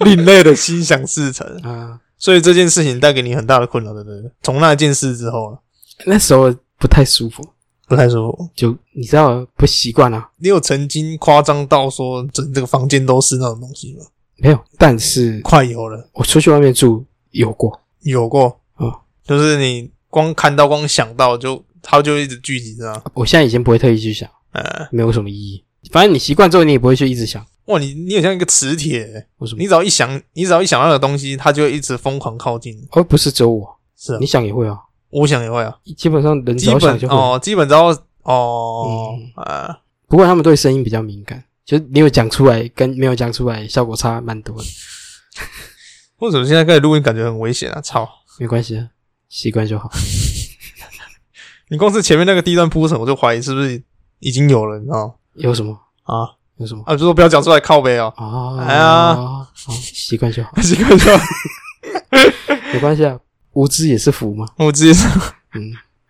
另类的心想事成。啊。所以这件事情带给你很大的困扰，对不对？从那件事之后，啊那时候不太舒服，不太舒服。就你知道不习惯啊，你有曾经夸张到说整这个房间都是那种东西吗？没有。但是快有了，我出去外面住有过，有过哦就是你光看到、光想到就，它就一直聚集着啊。我现在已经不会特意去想，呃，没有什么意义。反正你习惯之后，你也不会去一直想。哇，你你很像一个磁铁欸、为什么你？只要一想，你只要一想到那个东西，它就会一直疯狂靠近。哦，不是只有我，是啊你，想也会啊。我想也会啊，基本上人只基要本想就会。嗯哦，基本只要哦、呃，不过他们对声音比较敏感，就是你有讲出来跟没有讲出来效果差蛮多的。为什么现在开始录音感觉很危险啊？操！没关系啊，习惯就好。你光是前面那个第一段铺陈，我就怀疑是不是已经有了，你知道吗？有什么？啊有什么？啊，就说不要讲出来靠背哦， 哦，哎呀好，习惯就好，习惯就好没关系啊。无知也是福嘛。我直接说。嗯，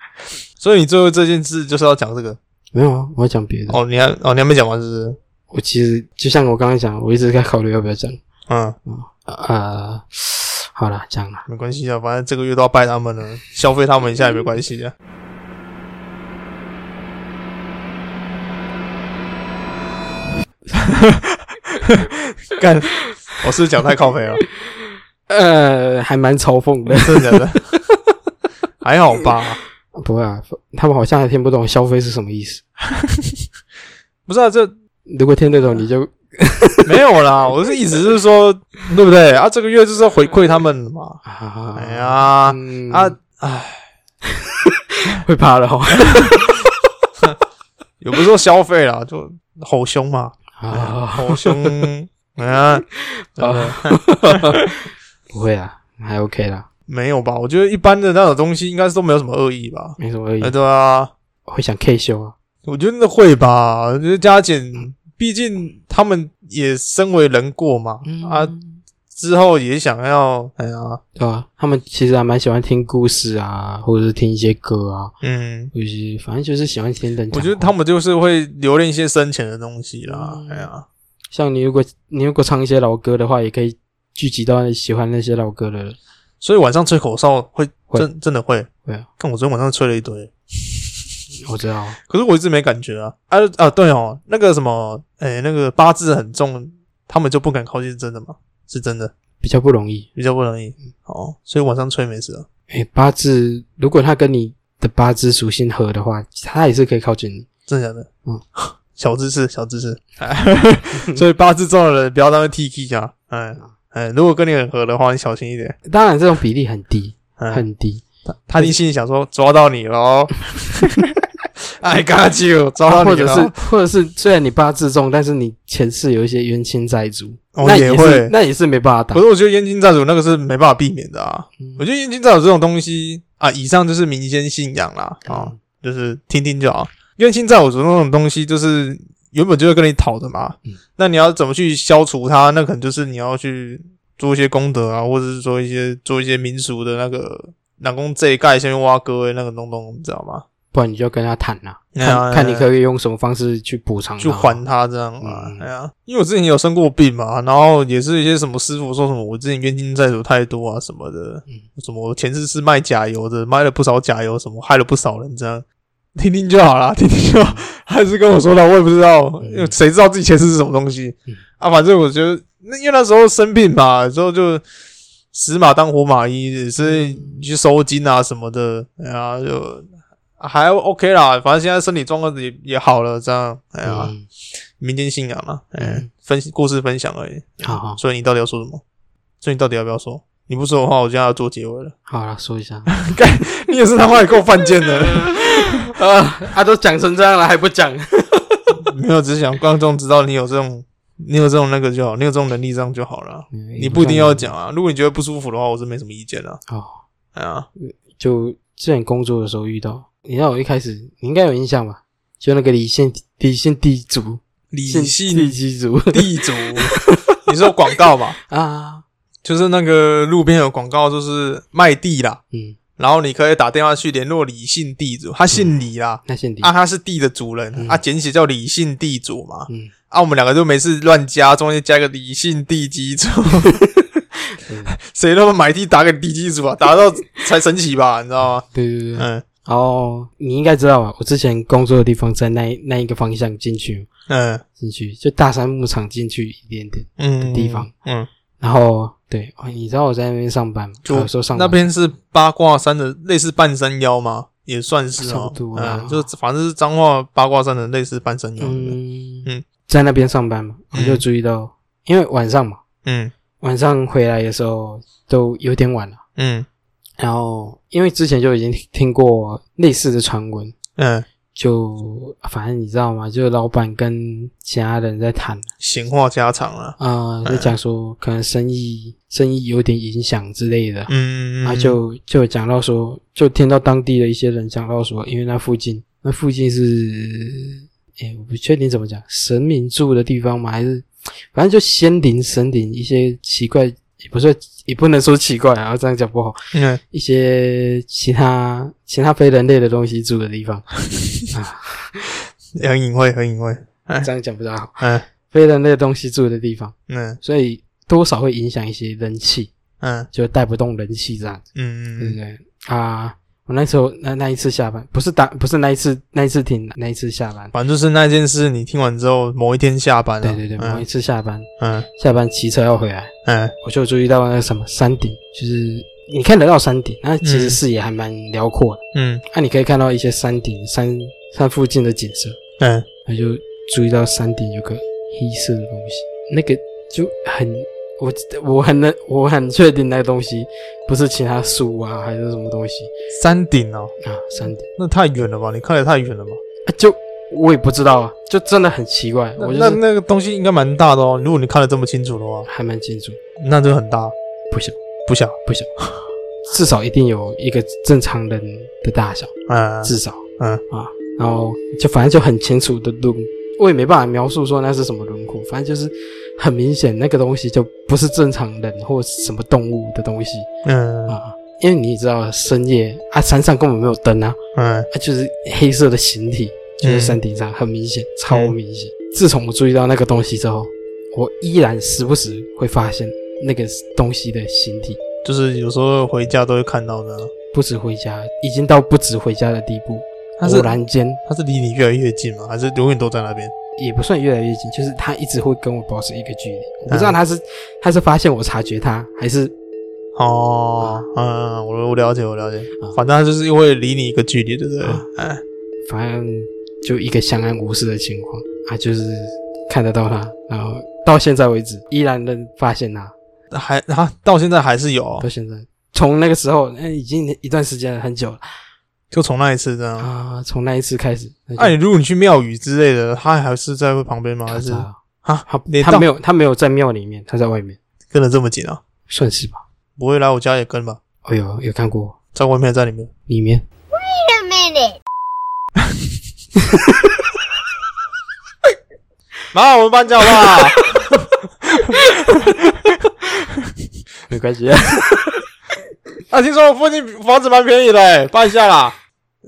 所以你最后这件事就是要讲这个没有啊，我要讲别的。哦，你还哦你还没讲完是不是？我其实就像我刚刚讲，我一直在考虑要不要讲。嗯，呃，好了，讲了。没关系啊，反正这个月都要拜他们了，消费他们一下也没关系啊。 干，我是不是讲太靠背了，呃，还蛮嘲讽的。 真的假的？还好吧，不会啊，他们好像还听不懂消费是什么意思。不是啊，这如果听得懂，你就没有啦。我是意思是说，对不对啊？这个月就是要回馈他们了嘛。啊，哎呀，嗯啊，唉，会怕了哦。也不是说消费啦，就吼凶嘛，啊，吼凶。哎呀，呃真的不会啊，还 OK 啦，没有吧？我觉得一般的那种东西应该是都没有什么恶意吧？没什么恶意哎，。对啊，会想 K 修啊，我觉得会吧。我觉得加减，毕竟他们也身为人过嘛，嗯啊，之后也想要，哎呀，对啊，他们其实还蛮喜欢听故事啊，或者是听一些歌啊，嗯，有些反正就是喜欢听人讲话。我觉得他们就是会留恋一些深浅的东西啦。嗯哎呀，像你如果你如果唱一些老歌的话，也可以聚集到喜欢那些老歌的人。所以晚上吹口哨会会真真的会。会啊看我昨天晚上吹了一堆，我知道，可是我一直没感觉啊。啊啊，对哦，那个什么，哎、那个八字很重，他们就不敢靠近，是真的吗？是真的，比较不容易。比较不容易。哦，所以晚上吹没事啊。哎，八字如果他跟你的八字属性合的话，他也是可以靠近你。真的假的？嗯， 小知识，小知识。 所以八字重的人不要当 T K 啊。哎哎，如果跟你很合的话，你小心一点。当然，这种比例很低，哎，很低。他一定心里想说抓到你喽 ，I got you，抓到啊或哦你者了是，或者是，虽然你八字重，但是你前世有一些冤亲债主，哦那也也会是那也是没办法打可。是我觉得燕京债主那个是没办法避免的啊。嗯我觉得燕京债主这种东西啊，以上就是民间信仰啦，啊、嗯就是听听就好。燕京债主那种东西，就是原本就会跟你讨的嘛。嗯那你要怎么去消除它？那可能就是你要去做一些功德啊，或者是做一些做一些民俗的那个南宫这一盖先挖哥的那个东东，你知道吗？不然你就跟他谈啦、哎呀看哎看你呀可以用什么方式去补偿，啊去还。他这样啊，嗯哎呀，因为我之前有生过病嘛，然后也是一些什么师傅说什么我之前冤亲债主太多啊什么的，嗯什么我前世是卖假油的，卖了不少假油，什么害了不少人这样，听听就好啦，听听就好， 还是跟我说的，我也不知道，嗯因为谁知道自己前世是什么东西、嗯啊？反正我觉得，那因为那时候生病嘛，之后就死马当活马医，所以嗯你去收金啊什么的，哎呀就。还 OK 啦，反正现在身体状况也也好了，这样，哎呀，嗯，民间信仰啦，嗯嗯，分故事分享而已。好好所以你到底要说什么？所以你到底要不要说？你不说的话，我就要做结尾了。好了，说一下 你也是他妈也够犯贱的，啊，啊都讲成这样了还不讲， 没有，只是想观众知道你有这种，你有这种那个就好，你有这种能力，这样就好了。 你你不一定要讲啊，如果你觉得不舒服的话，我是没什么意见的。哦。哎呀，就之前工作的时候遇到，你看我一开始你应该有印象吧？就那个李现李现地主，理地性基主 地 主，你说广告嘛，啊，就是那个路边有广告，就是卖地啦，嗯，然后你可以打电话去联络理性地主，他姓李啦，那现地，啊，他是地的主人、嗯啊，简写叫理性地主嘛。嗯，啊，我们两个就每次乱加，中间加一个理性地基 主，嗯谁他妈买地打给地基主啊？打到才神奇吧，你知道吗？对对对，嗯哦，你应该知道吧？我之前工作的地方在那那一个方向进去嗯进去，就大山牧场进去一点点，嗯，地方嗯，然后对，哦，你知道我在那边上班吗？就我说上班嗯那边是八卦山的类似半山腰吗？也算是差哦不，多啊嗯，就是反正是彰化八卦山的类似半山腰的，嗯嗯在那边上班嘛，我嗯就注意到，因为晚上嘛，嗯晚上回来的时候都有点晚了。嗯然后，因为之前就已经听过类似的传闻，嗯，就反正你知道吗？就是老板跟其他人在谈，闲话家常了，啊，在讲说可能生意生意有点影响之类的，嗯，嗯嗯啊，就就讲到说，就听到当地的一些人讲到说，因为那附近那附近是，哎，我不确定怎么讲，神明住的地方吗？还是反正就仙灵神灵一些奇怪，也不是也不能说奇怪啊，这样讲不好，嗯一些其他其他非人类的东西住的地方，嗯很隐晦，很隐晦，这样讲不大好，嗯非人类的东西住的地方，嗯所以多少会影响一些人气，嗯就带不动人气这样子，嗯对不嗯对？啊，我那时候那那一次下班，不是打，不是那一次那一次停，那一次下班，反正就是那件事，你听完之后，某一天下班了、对对对，某一嗯次下班，嗯下班骑车要回来，嗯我就注意到那个什么山顶，就是你看得到山顶，那其实视野还蛮辽阔的。嗯那、你可以看到一些山顶、山山附近的景色，嗯，那就注意到山顶有个黑色的东西，那个就很我我很能我很确定那个东西不是其他树啊，还是什么东西山顶哦，啊，山顶那太远了吧？你看得太远了吧？啊，就我也不知道啊，就真的很奇怪，那我就那是那个东西应该蛮大的哦，如果你看得这么清楚的话，还蛮清楚，那就很大，不小不小，不小，至少一定有一个正常人的大小。嗯，至少，嗯啊，然后就反正就很清楚的轮，我也没办法描述说那是什么轮廓，反正就是很明显那个东西就不是正常人或什么动物的东西嗯啊，因为你知道深夜啊，山上根本没有灯啊，嗯啊就是黑色的形体，就是山顶上、很明显，超嗯明显。自从我注意到那个东西之后，我依然时不时会发现那个东西的形体。就是有时候回家都会看到的。不止回家，已经到不止回家的地步。它是偶然间，它是离你越来越近吗？还是永远都在那边？也不算越来越近，就是他一直会跟我保持一个距离。我不嗯知道他是、他是发现我察觉他，还是哦，嗯，我我了解，我了解啊，反正它就是因为离你一个距离，对不对啊？哎，反正就一个相安无事的情况啊，就是看得到他，然后到现在为止依然能发现他。还它到现在还是有哦，到现在，从那个时候，嗯、已经一段时间了，很久了就从那一次这样。啊。从那一次开始，那就哎，如果你去庙宇之类的，它还是在旁边吗？还是啊啊，他连他到没有他没有在庙里面，他在外面，跟得这么紧啊？算是吧。不会来我家也跟吧？哦有有看过在外面还在里面？里面， Wait a minute. 妈，我们搬家好不好？ 没关 系。啊，听说我附近房子蛮便宜的、欸，搬一下啦。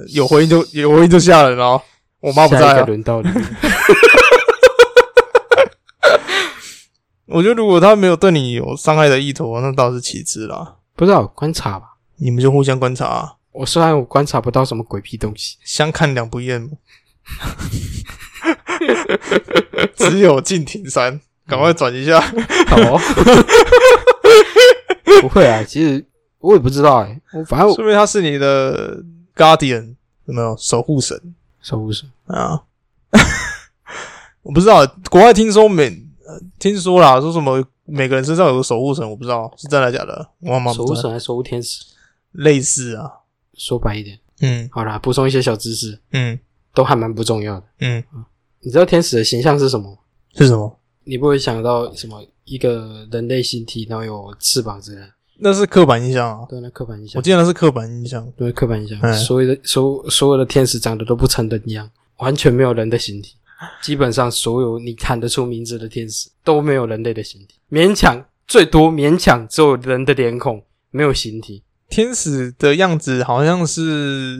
有回应就有回应就吓人哦。我妈不下一在、个啊，轮 到你，我觉得如果她没有对你有伤害的意图，那倒是其次啦。不知道观察吧。你们就互相观察、啊，我虽然我观察不到什么鬼屁东西，相看两不 厌嘛。只有敬亭山，赶快转一下。哦， 不会啊，其实我也不知道哎、我反正我说明他是你的 guardian，有没有守护神？守护神啊， 我不知道，国外听说每、呃、听说啦，说什么每个人身上有个守护神，我不知道是真的假的，我妈妈守护神还是守护天使，类似啊，说白一点，嗯好啦，补充一些小知识，嗯都还蛮不重要的。嗯，你知道天使的形象是什么吗？是什么？你不会想到什么一个人类形体，然后有翅膀之类的，那是刻板印象啊，对，那刻板印我象，记得那是刻板印象，对，刻板印象，嗯所有的所所有的天使长得都不成人样，完全没有人的形体，基本上所有你喊得出名字的天使都没有人类的形体，勉强最多勉强只有人的脸孔，没有形体。天使的样子好像是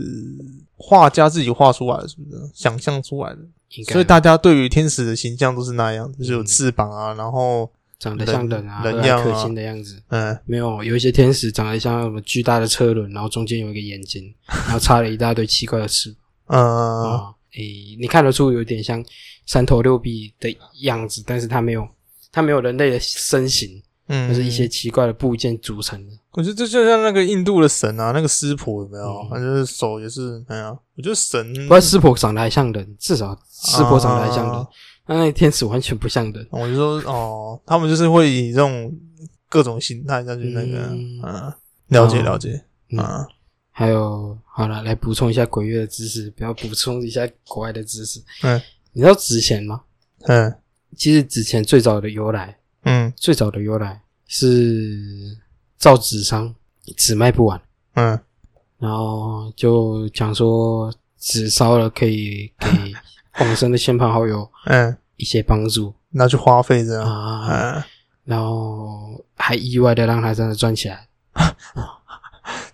画家自己画出来的，是不是？想象出来的，应该所以大家对于天使的形象都是那样，就是有翅膀啊，然后长得像人啊，人和人样蔼可啊亲的样子。嗯没有，有一些天使长得像什么巨大的车轮，然后中间有一个眼睛，然后插了一大堆奇怪的翅膀嗯、啊。诶、你看得出有点像三头六臂的样子，但是它没有，它没有人类的身形，嗯，就是一些奇怪的部件组成的。我觉得这就像那个印度的神啊，那个湿婆有没有嗯？他、就是手也是，哎呀，我觉得神，不过湿婆长得还像人，至少湿婆长得还像人啊，那、那天使完全不像人。我就说哦，他们就是会以这种各种形态下去那个，嗯嗯、了解哦了解，嗯啊、还有，好了，来补充一下鬼月的知识，不要补充一下国外的知识。嗯，你知道纸钱吗？嗯其实纸钱最早的由来，嗯最早的由来是造纸商纸卖不完，嗯然后就讲说纸烧了可以给往生的亲朋好友嗯，一些 帮助拿去花费这样，啊，嗯，然后还意外的让他真的赚起来。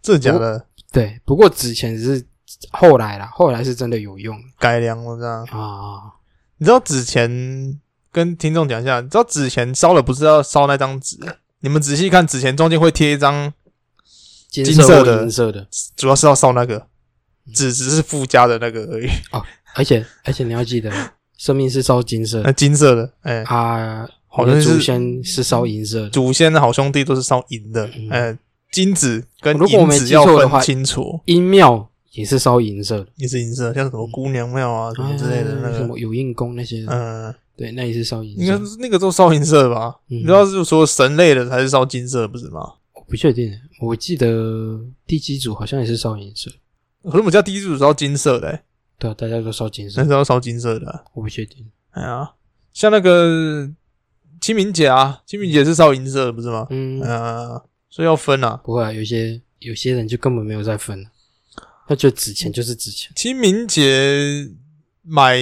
这假的对，不过纸钱只是后来啦，后来是真的有用改良了这样。啊。你知道纸钱跟听众讲一下，你知道纸钱烧了不是要烧那张纸，你们仔细看纸钱中间会贴一张金金色色或的银色的，主要是要烧那个，嗯纸只是附加的那个而已，而且而且你要记得，生命是烧金色 那的金色的，哎、啊，好你的像是祖先是烧银色的，祖先的好兄弟都是烧银的，嗯哎、金子跟如果我银没子记要错的分话清楚，阴庙也是烧银色的也是银色，像什么姑娘庙啊什么之类的那嗯啊什个，么有印宫那些的，嗯，对，那也是烧银应该色。是那个都烧银色的吧？嗯你知道是说神类的才是烧金色的，不是吗？我不确定，我记得第几组好像也是烧银色，可是我们家第一组是烧金色的、欸，对啊，大家都烧金那色，时候烧金色的啊、我不确定。哎呀，像那个清明节啊，清明节是烧银色的，不是吗？嗯，呃，所以要分啊。不会啊，有些有些人就根本没有在分，他觉得值钱就是值钱。清明节买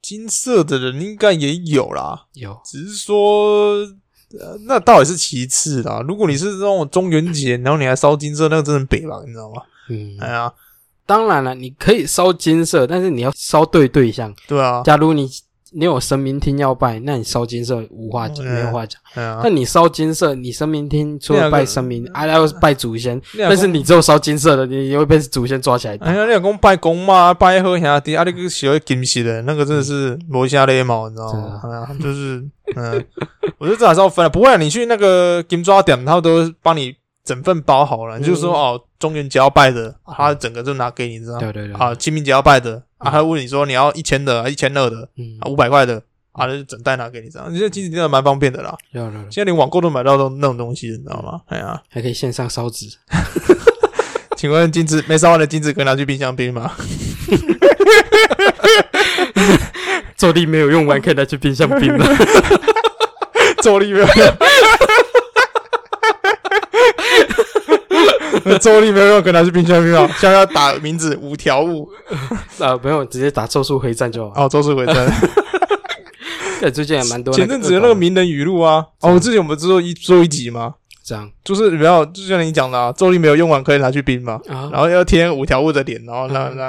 金色的人应该也有啦，有只是说，呃，那倒也是其次啦。如果你是那种中元节，然后你还烧金色，那个真的北吧，你知道吗？嗯，哎呀，当然了，你可以烧金色，但是你要烧对对象。对啊，假如你你有神明厅要拜，那你烧金色无话讲，嗯没有话讲。哎呀那，你烧金色，你神明厅除那了个拜神明，还要拜祖先，你老公但是你只有烧金色的，你又被祖先抓起来打哎。呀，你讲拜公嘛，拜好兄弟，啊，你个喜欢金色的，那个真的是罗下勒毛，你知道吗？啊哎呀，就是，嗯， 我觉得这还是要分的。不会、啊，你去那个金抓点，他都帮你整份包好嗯了，你就说哦，中元节要拜的，啊他整个就拿给你，知道吗？对对对，啊，清明节要拜的，啊，嗯他问你说你要一千的、一千二的、嗯啊，，五百块的，啊，他就整袋拿给你，这样，你这其实真的蛮方便的啦。有有有，现在连网购都买到那种那种东西，你知道吗？哎呀，还可以线上烧纸。请问金子没烧完的金子可以拿去冰箱冰吗？坐力没有用完，可以拿去冰箱冰了。 周立没有，周立没有用，可能是冰箱冰箱，现在要打名字五条悟，啊，不用，直接打咒术回战就好。哦，周氏回战。对，最近也蛮多那前个恶阵搞的。子有那个名人语录啊，哦，我之前我们做一做一集嘛，这样就是不要，就像你讲的，啊，周立没有用完可以拿去冰嘛，啊，然后要贴五条悟的脸，然后 那那，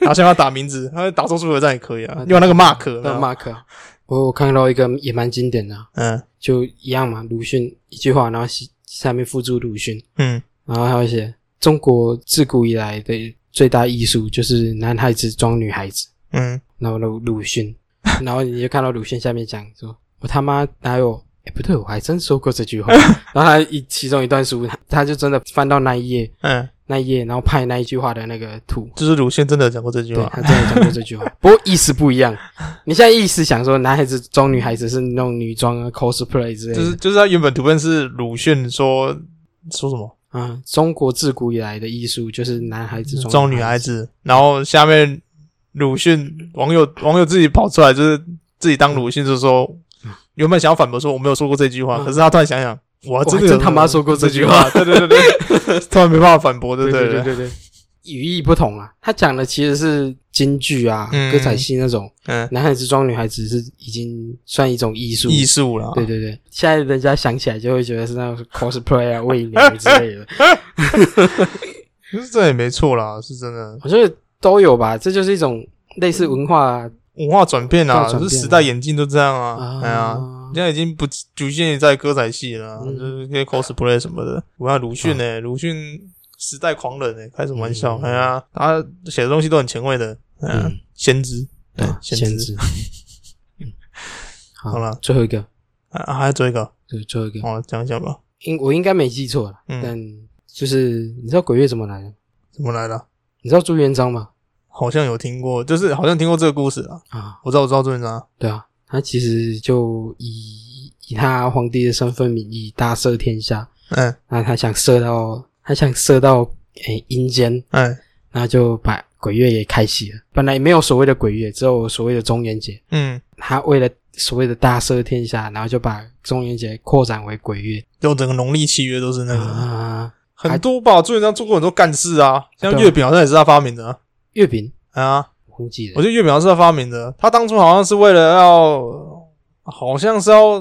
然后现在要打名字，他打周氏回战也可以啊，用那个 mark，有没那有 Mark，啊我我看到一个也蛮经典的啊，嗯就一样嘛，鲁迅一句话，然后下下面附注鲁迅，嗯，然后还有写中国自古以来的最大艺术就是男孩子装女孩子，嗯，然后鲁鲁 迅，然后你就看到鲁迅下面讲说，我他妈哪有？哎，不对，我还真说过这 句话。然后他一其中一段书，他就真的翻到那一页，嗯，那一页，然后拍那一句话的那个图，就是鲁迅真的有讲过这句对话，他真的讲过这 句话，不过意思不一样。你现在意思想说男孩子装女孩子是那种女装啊、cosplay 之类的，就是就是他原本图片是鲁迅说说什么啊，中国自古以来的艺术就是男孩子装装女女孩子，子，然后下面鲁迅网友网友自己跑出来，就是自己当鲁迅，就说原本想要反驳说我没有说过这句话，嗯可是他突然想想，我我真还的有真他妈说过这这句句话，话，对对对 对，突然没办法反驳，对对不对对对，语义不同啊。他讲的其实是京剧啊、嗯歌仔戏那种嗯，男孩子装女孩子是已经算一种艺术。艺术啦，对对对，现在人家想起来就会觉得是那种 cosplay 啊、喂牛之 类的，可是这也没错啦，是真的我觉得都有吧。这就是一种类似文化啊文化转变文啊，化转就变是时代演进就这样啊啊，哎呀。现在已经不局限于在歌仔戏了啊，嗯啊就是那些 cosplay 什么的。我看鲁迅呢、欸鲁迅时代狂人呢、开什么玩笑？嗯哎呀，他写的东西都很前卫的，哎呀嗯，先知对嗯先啊先知知。好好了最后一个，啊，还有最后一个，对，最后一个，哦，讲一下吧，应我应该没记错了，嗯但就是你知道鬼月怎么来的？怎么来的？你知道朱元璋吗？好像有听过，就是好像听过这个故事啊。啊，我知道，我知道这文章啊，对啊，他其实就以以他皇帝的身份名义大赦天下，嗯那他想赦到他想赦到诶阴间，嗯那就把鬼月也开启了。本来也没有所谓的鬼月，只有所谓的中元节。嗯，他为了所谓的大赦天下，然后就把中元节扩展为鬼月就整个农历七月都是那个，啊。很多吧。朱元璋做过很多干事啊，像对啊月饼好像也是他发明的啊月饼啊。我忘记我了，觉得月饼好像是他发明的，他当初好像是为了要，好像是要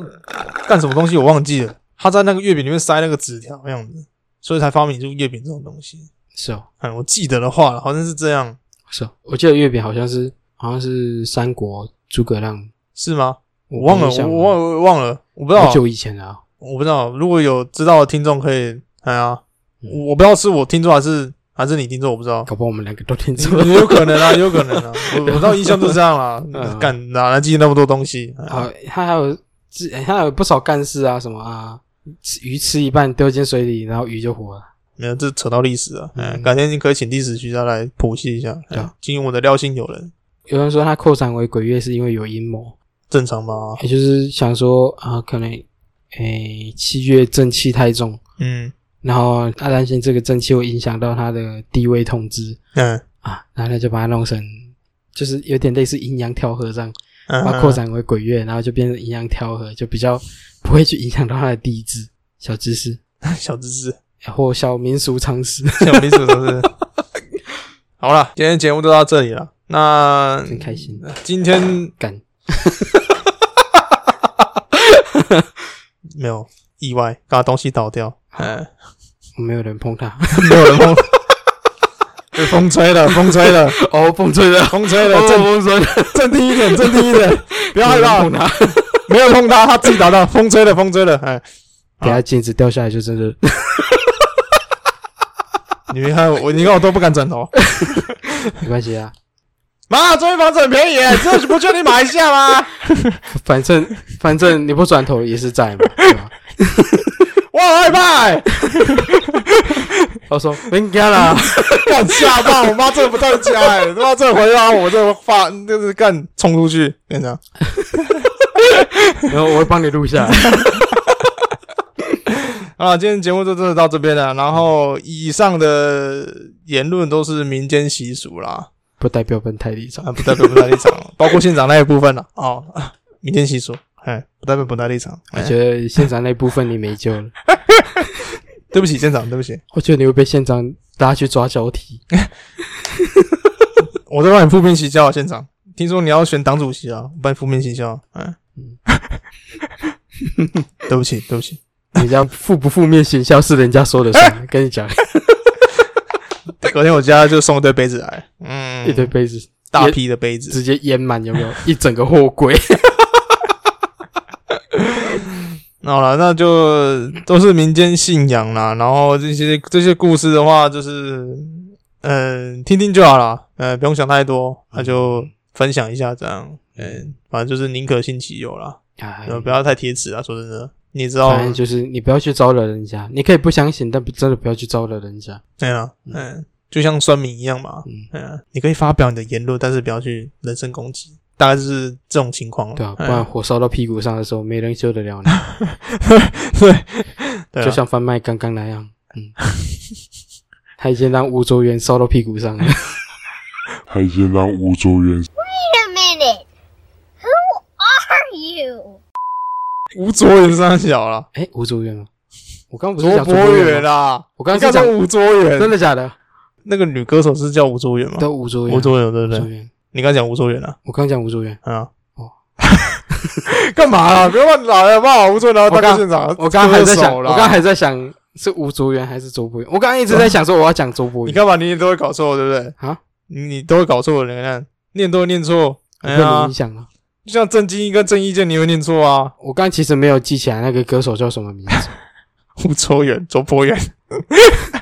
干什么东西，我忘记了。他在那个月饼里面塞那个纸条的样子，所以才发明出月饼这种东西。是哦，哎，我记得的话，好像是啊这样，是哦，我记得月饼好像是好像是三国诸葛亮，是吗？我忘了，印象我忘我忘了，我不知道好，久以前了啊。我不知道。如果有知道的听众可以，哎呀，嗯我我不知道是我听众还是还是你听众，我不知道。搞不好我们两个都听错了。也有可能啊，也有可能啊，我我知道印象就这样啦 嗯，干哪来记那么多东西？哎呀啊，他还有自，他还有不少干事啊，什么啊，吃鱼吃一半丢进水里，然后鱼就活了。没有，这扯到历史了。嗯嗯，改天你可以请历史学家来剖析一下。对啊嗯今我的廖姓友人，有人说他扩散为鬼月是因为有阴谋，正常吧？也就是想说啊，可能诶七月正气太重，嗯然后他担心这个正气会影响到他的地位统治嗯啊，然后他就把它弄成就是有点类似阴阳调和这样，嗯，把它扩展为鬼月，然后就变成阴阳调和，就比较不会去影响到他的地质小知识嗯小知识，或小民俗常识。小秘书是不是？ 好了，今天节目就到这里了。那真开心，今天干没有意外，把东西倒掉，嗯，没有人碰 他，没有人碰，被风吹了，风吹了，哦，风吹 的，风吹了，哦，正风吹的，镇 定一点，镇定一点，不不要害怕，碰他，没有碰他，他自己打到，风吹了，风吹了，哎，等下镜子掉下来就真的 你看我，你看我都不敢枕头。没关系 啊，妈，中介房子很便宜耶， 这不就你买一下吗？反正反正你不转头也 是在嘛，对吧？我好害怕 耶，我说哎别干啦，干吓到我妈，这个不到家哎， 他妈这个回家我这个发就是干冲出去，跟你讲， 然后我会帮你录下来。 啊，今天节目就真的到这边了，然后以上的言论都是民间习俗啦，不代表本台立场啊，。不代表不代立 场，包括县长那一部分了，哦，民间习俗，哎，不代表不代立场，我哎，觉得县长那部分你没救了，对不起县长，对不起，我觉得你会被县长拉去抓交替。 我在帮你负面洗消，县长。听说你要选党主席啊，我帮你负面洗消。哎嗯， 对不起，对不起，人家负不负面行销是人家说的算，跟你讲隔天我家就送一堆杯子来，嗯，一堆杯子大批的杯子。直接淹满，有没有？一整个货柜。那好了，那就都是民间信仰啦。然后这些这些故事的话，就是嗯、听听就好了，呃，不用想太多，那就分享一下这样。嗯，反正就是宁可信其有啦，哎呃不要太贴齿啊。说真的，你知道反正就是你不要去招惹人家，你可以不相信，但不真的不要去招惹人家。对啊，嗯，就像酸民一样嘛，嗯嗯，你可以发表你的言论，但是不要去人身攻击，大概就是这种情况了。对啊，不嗯然火烧到屁股上的时候，没人救得了你。 对啊就像贩卖刚刚那样，嗯，他已经让吴卓源烧到屁股上了。 他已经让吴卓源 Wait a minute. Who are you? 吴卓源上小了，哎，吴卓源吗？我刚不是卓讲博源远吗？啦，我刚你看刚是到讲吴卓真源，的假的？那个女歌手是叫吴卓源吗？对，吴卓源，啊吴卓源对不吴卓对？源，你刚讲吴卓源了我刚讲吴卓源，啊？哦， 干嘛啦？不要乱来好不好？吴卓源来到我大刚哥现场， 我刚刚还在歌想，手我啦刚刚还在想是吴卓源还是周博源，我刚刚一直在想说我要讲周博你源，干嘛？你也都会搞错，对不对？啊，你你都会搞错，你看念都会念错，我哎被你呀影，响了。就像郑经一跟郑伊健，你也会念错 啊。我刚其实没有记起来那个歌手叫什么名 字。吴卓远，卓博远。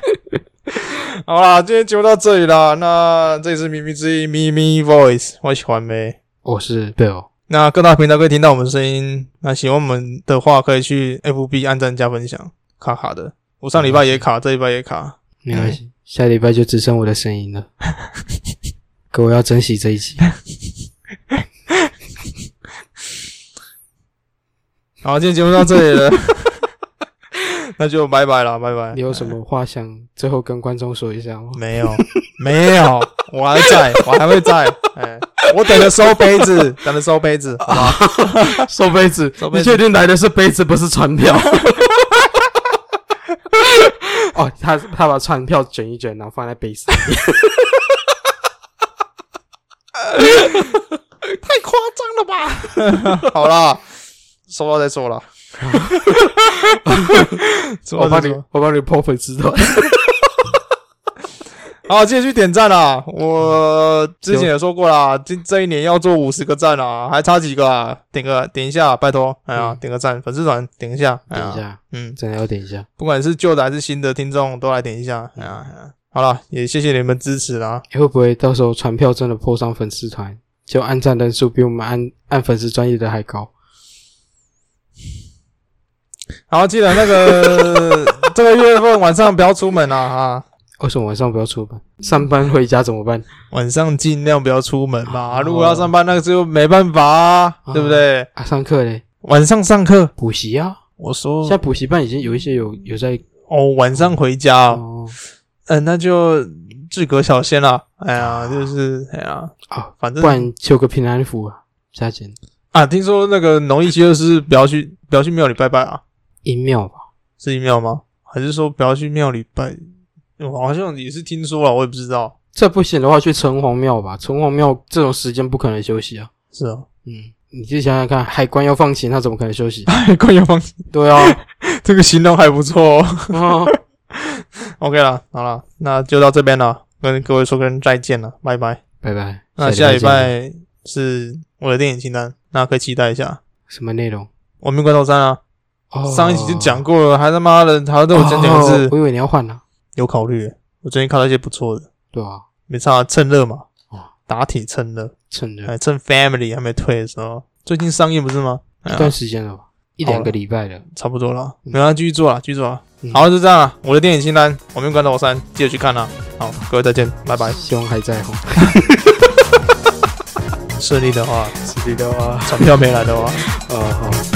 好啦，今天节目到这里啦。那这里是咪咪之音咪咪 Voice，我喜欢呗。我是 Bill，那各大平台可以听到我们的声音。那喜欢我们的话，可以去 FB 按赞加分享。卡卡的，我上礼拜也卡，这礼拜也卡。没关哎系，下礼拜就只剩我的声 音了。各位要珍惜这一集，哎好，今天节目到这里了， 那就拜拜了，拜拜你。有什么话想最后跟观众说一下吗？没有，没有，我还在，我还会在。哎、我等着收杯子，等着收杯子，好吧？收杯子，收哎杯子你确定来的是杯子，不是船 票？哦，他他把船票卷一卷，然后放在杯子 里。太夸张了吧？ 好啦，收到再说 啦。收我到帮再你说。，我帮你破粉丝团。好，记得去点赞啦！我之前也说过啦，这这一年要做五十个赞啦，还差几个啊？点个点一下，拜托！哎呀嗯，点个赞，粉丝团点一下，哎等一呀，下，嗯，真的要等一下。不管是旧的还是新的听众，都来点一下，哎呀，哎呀好啦，也谢谢你们支持啦。会不会到时候船票真的破上粉丝团，就按赞人数比我们按按粉丝专业的还高？然后记得那个 这个月份晚上不要出门啊啊，为什么晚上不要出门？上班回家怎么办？晚上尽量不要出门嘛。哦如果要上班，那个就没办法啊，哦对不对？啊，上课嘞，晚上上课，补习啊。我说现在补习班已经有一些有有在哦，晚上回家哦，哦嗯，那就志格小仙啦。哎呀，就是哎呀，哦，反正不然求个平安符啊，加减啊，听说那个农历七月是不要去不要去庙里拜拜啊，一庙吧。是一庙吗？还是说不要去庙里拜？我好像也是听说了，我也不知道。这不行的话，去城隍庙吧。城隍庙这种时间不可能休息啊。是啊，嗯，你自己想想看，海关要放晴，他怎么可能休息？ 关于方对啊，这个形容还不错哦。 哦 OK 了，好了，那就到这边了，跟各位说声再见了，拜拜。拜拜。那下礼见拜是我的电影清单，那可以期待一下。什么内容？亡命关头三啊，哦上一集就讲过了，还他妈的还要对我讲两哦次，我以为你要换呢。有考虑。我最近看到一些不错的，对啊，没差，趁热嘛哦，打铁趁热，趁着哎，趁 Family 还没退的时候，最近上映不是吗？哎一呀段时间了吧，一两个礼拜了。差不多了，没关系，继续做了，继续做了。嗯好，就这样啊了，我的电影清单，亡命关头三，记得去看啦。好，各位再见，拜拜。希望还在哦。顺利的话，是的啊， 船票没来的话。呃，好。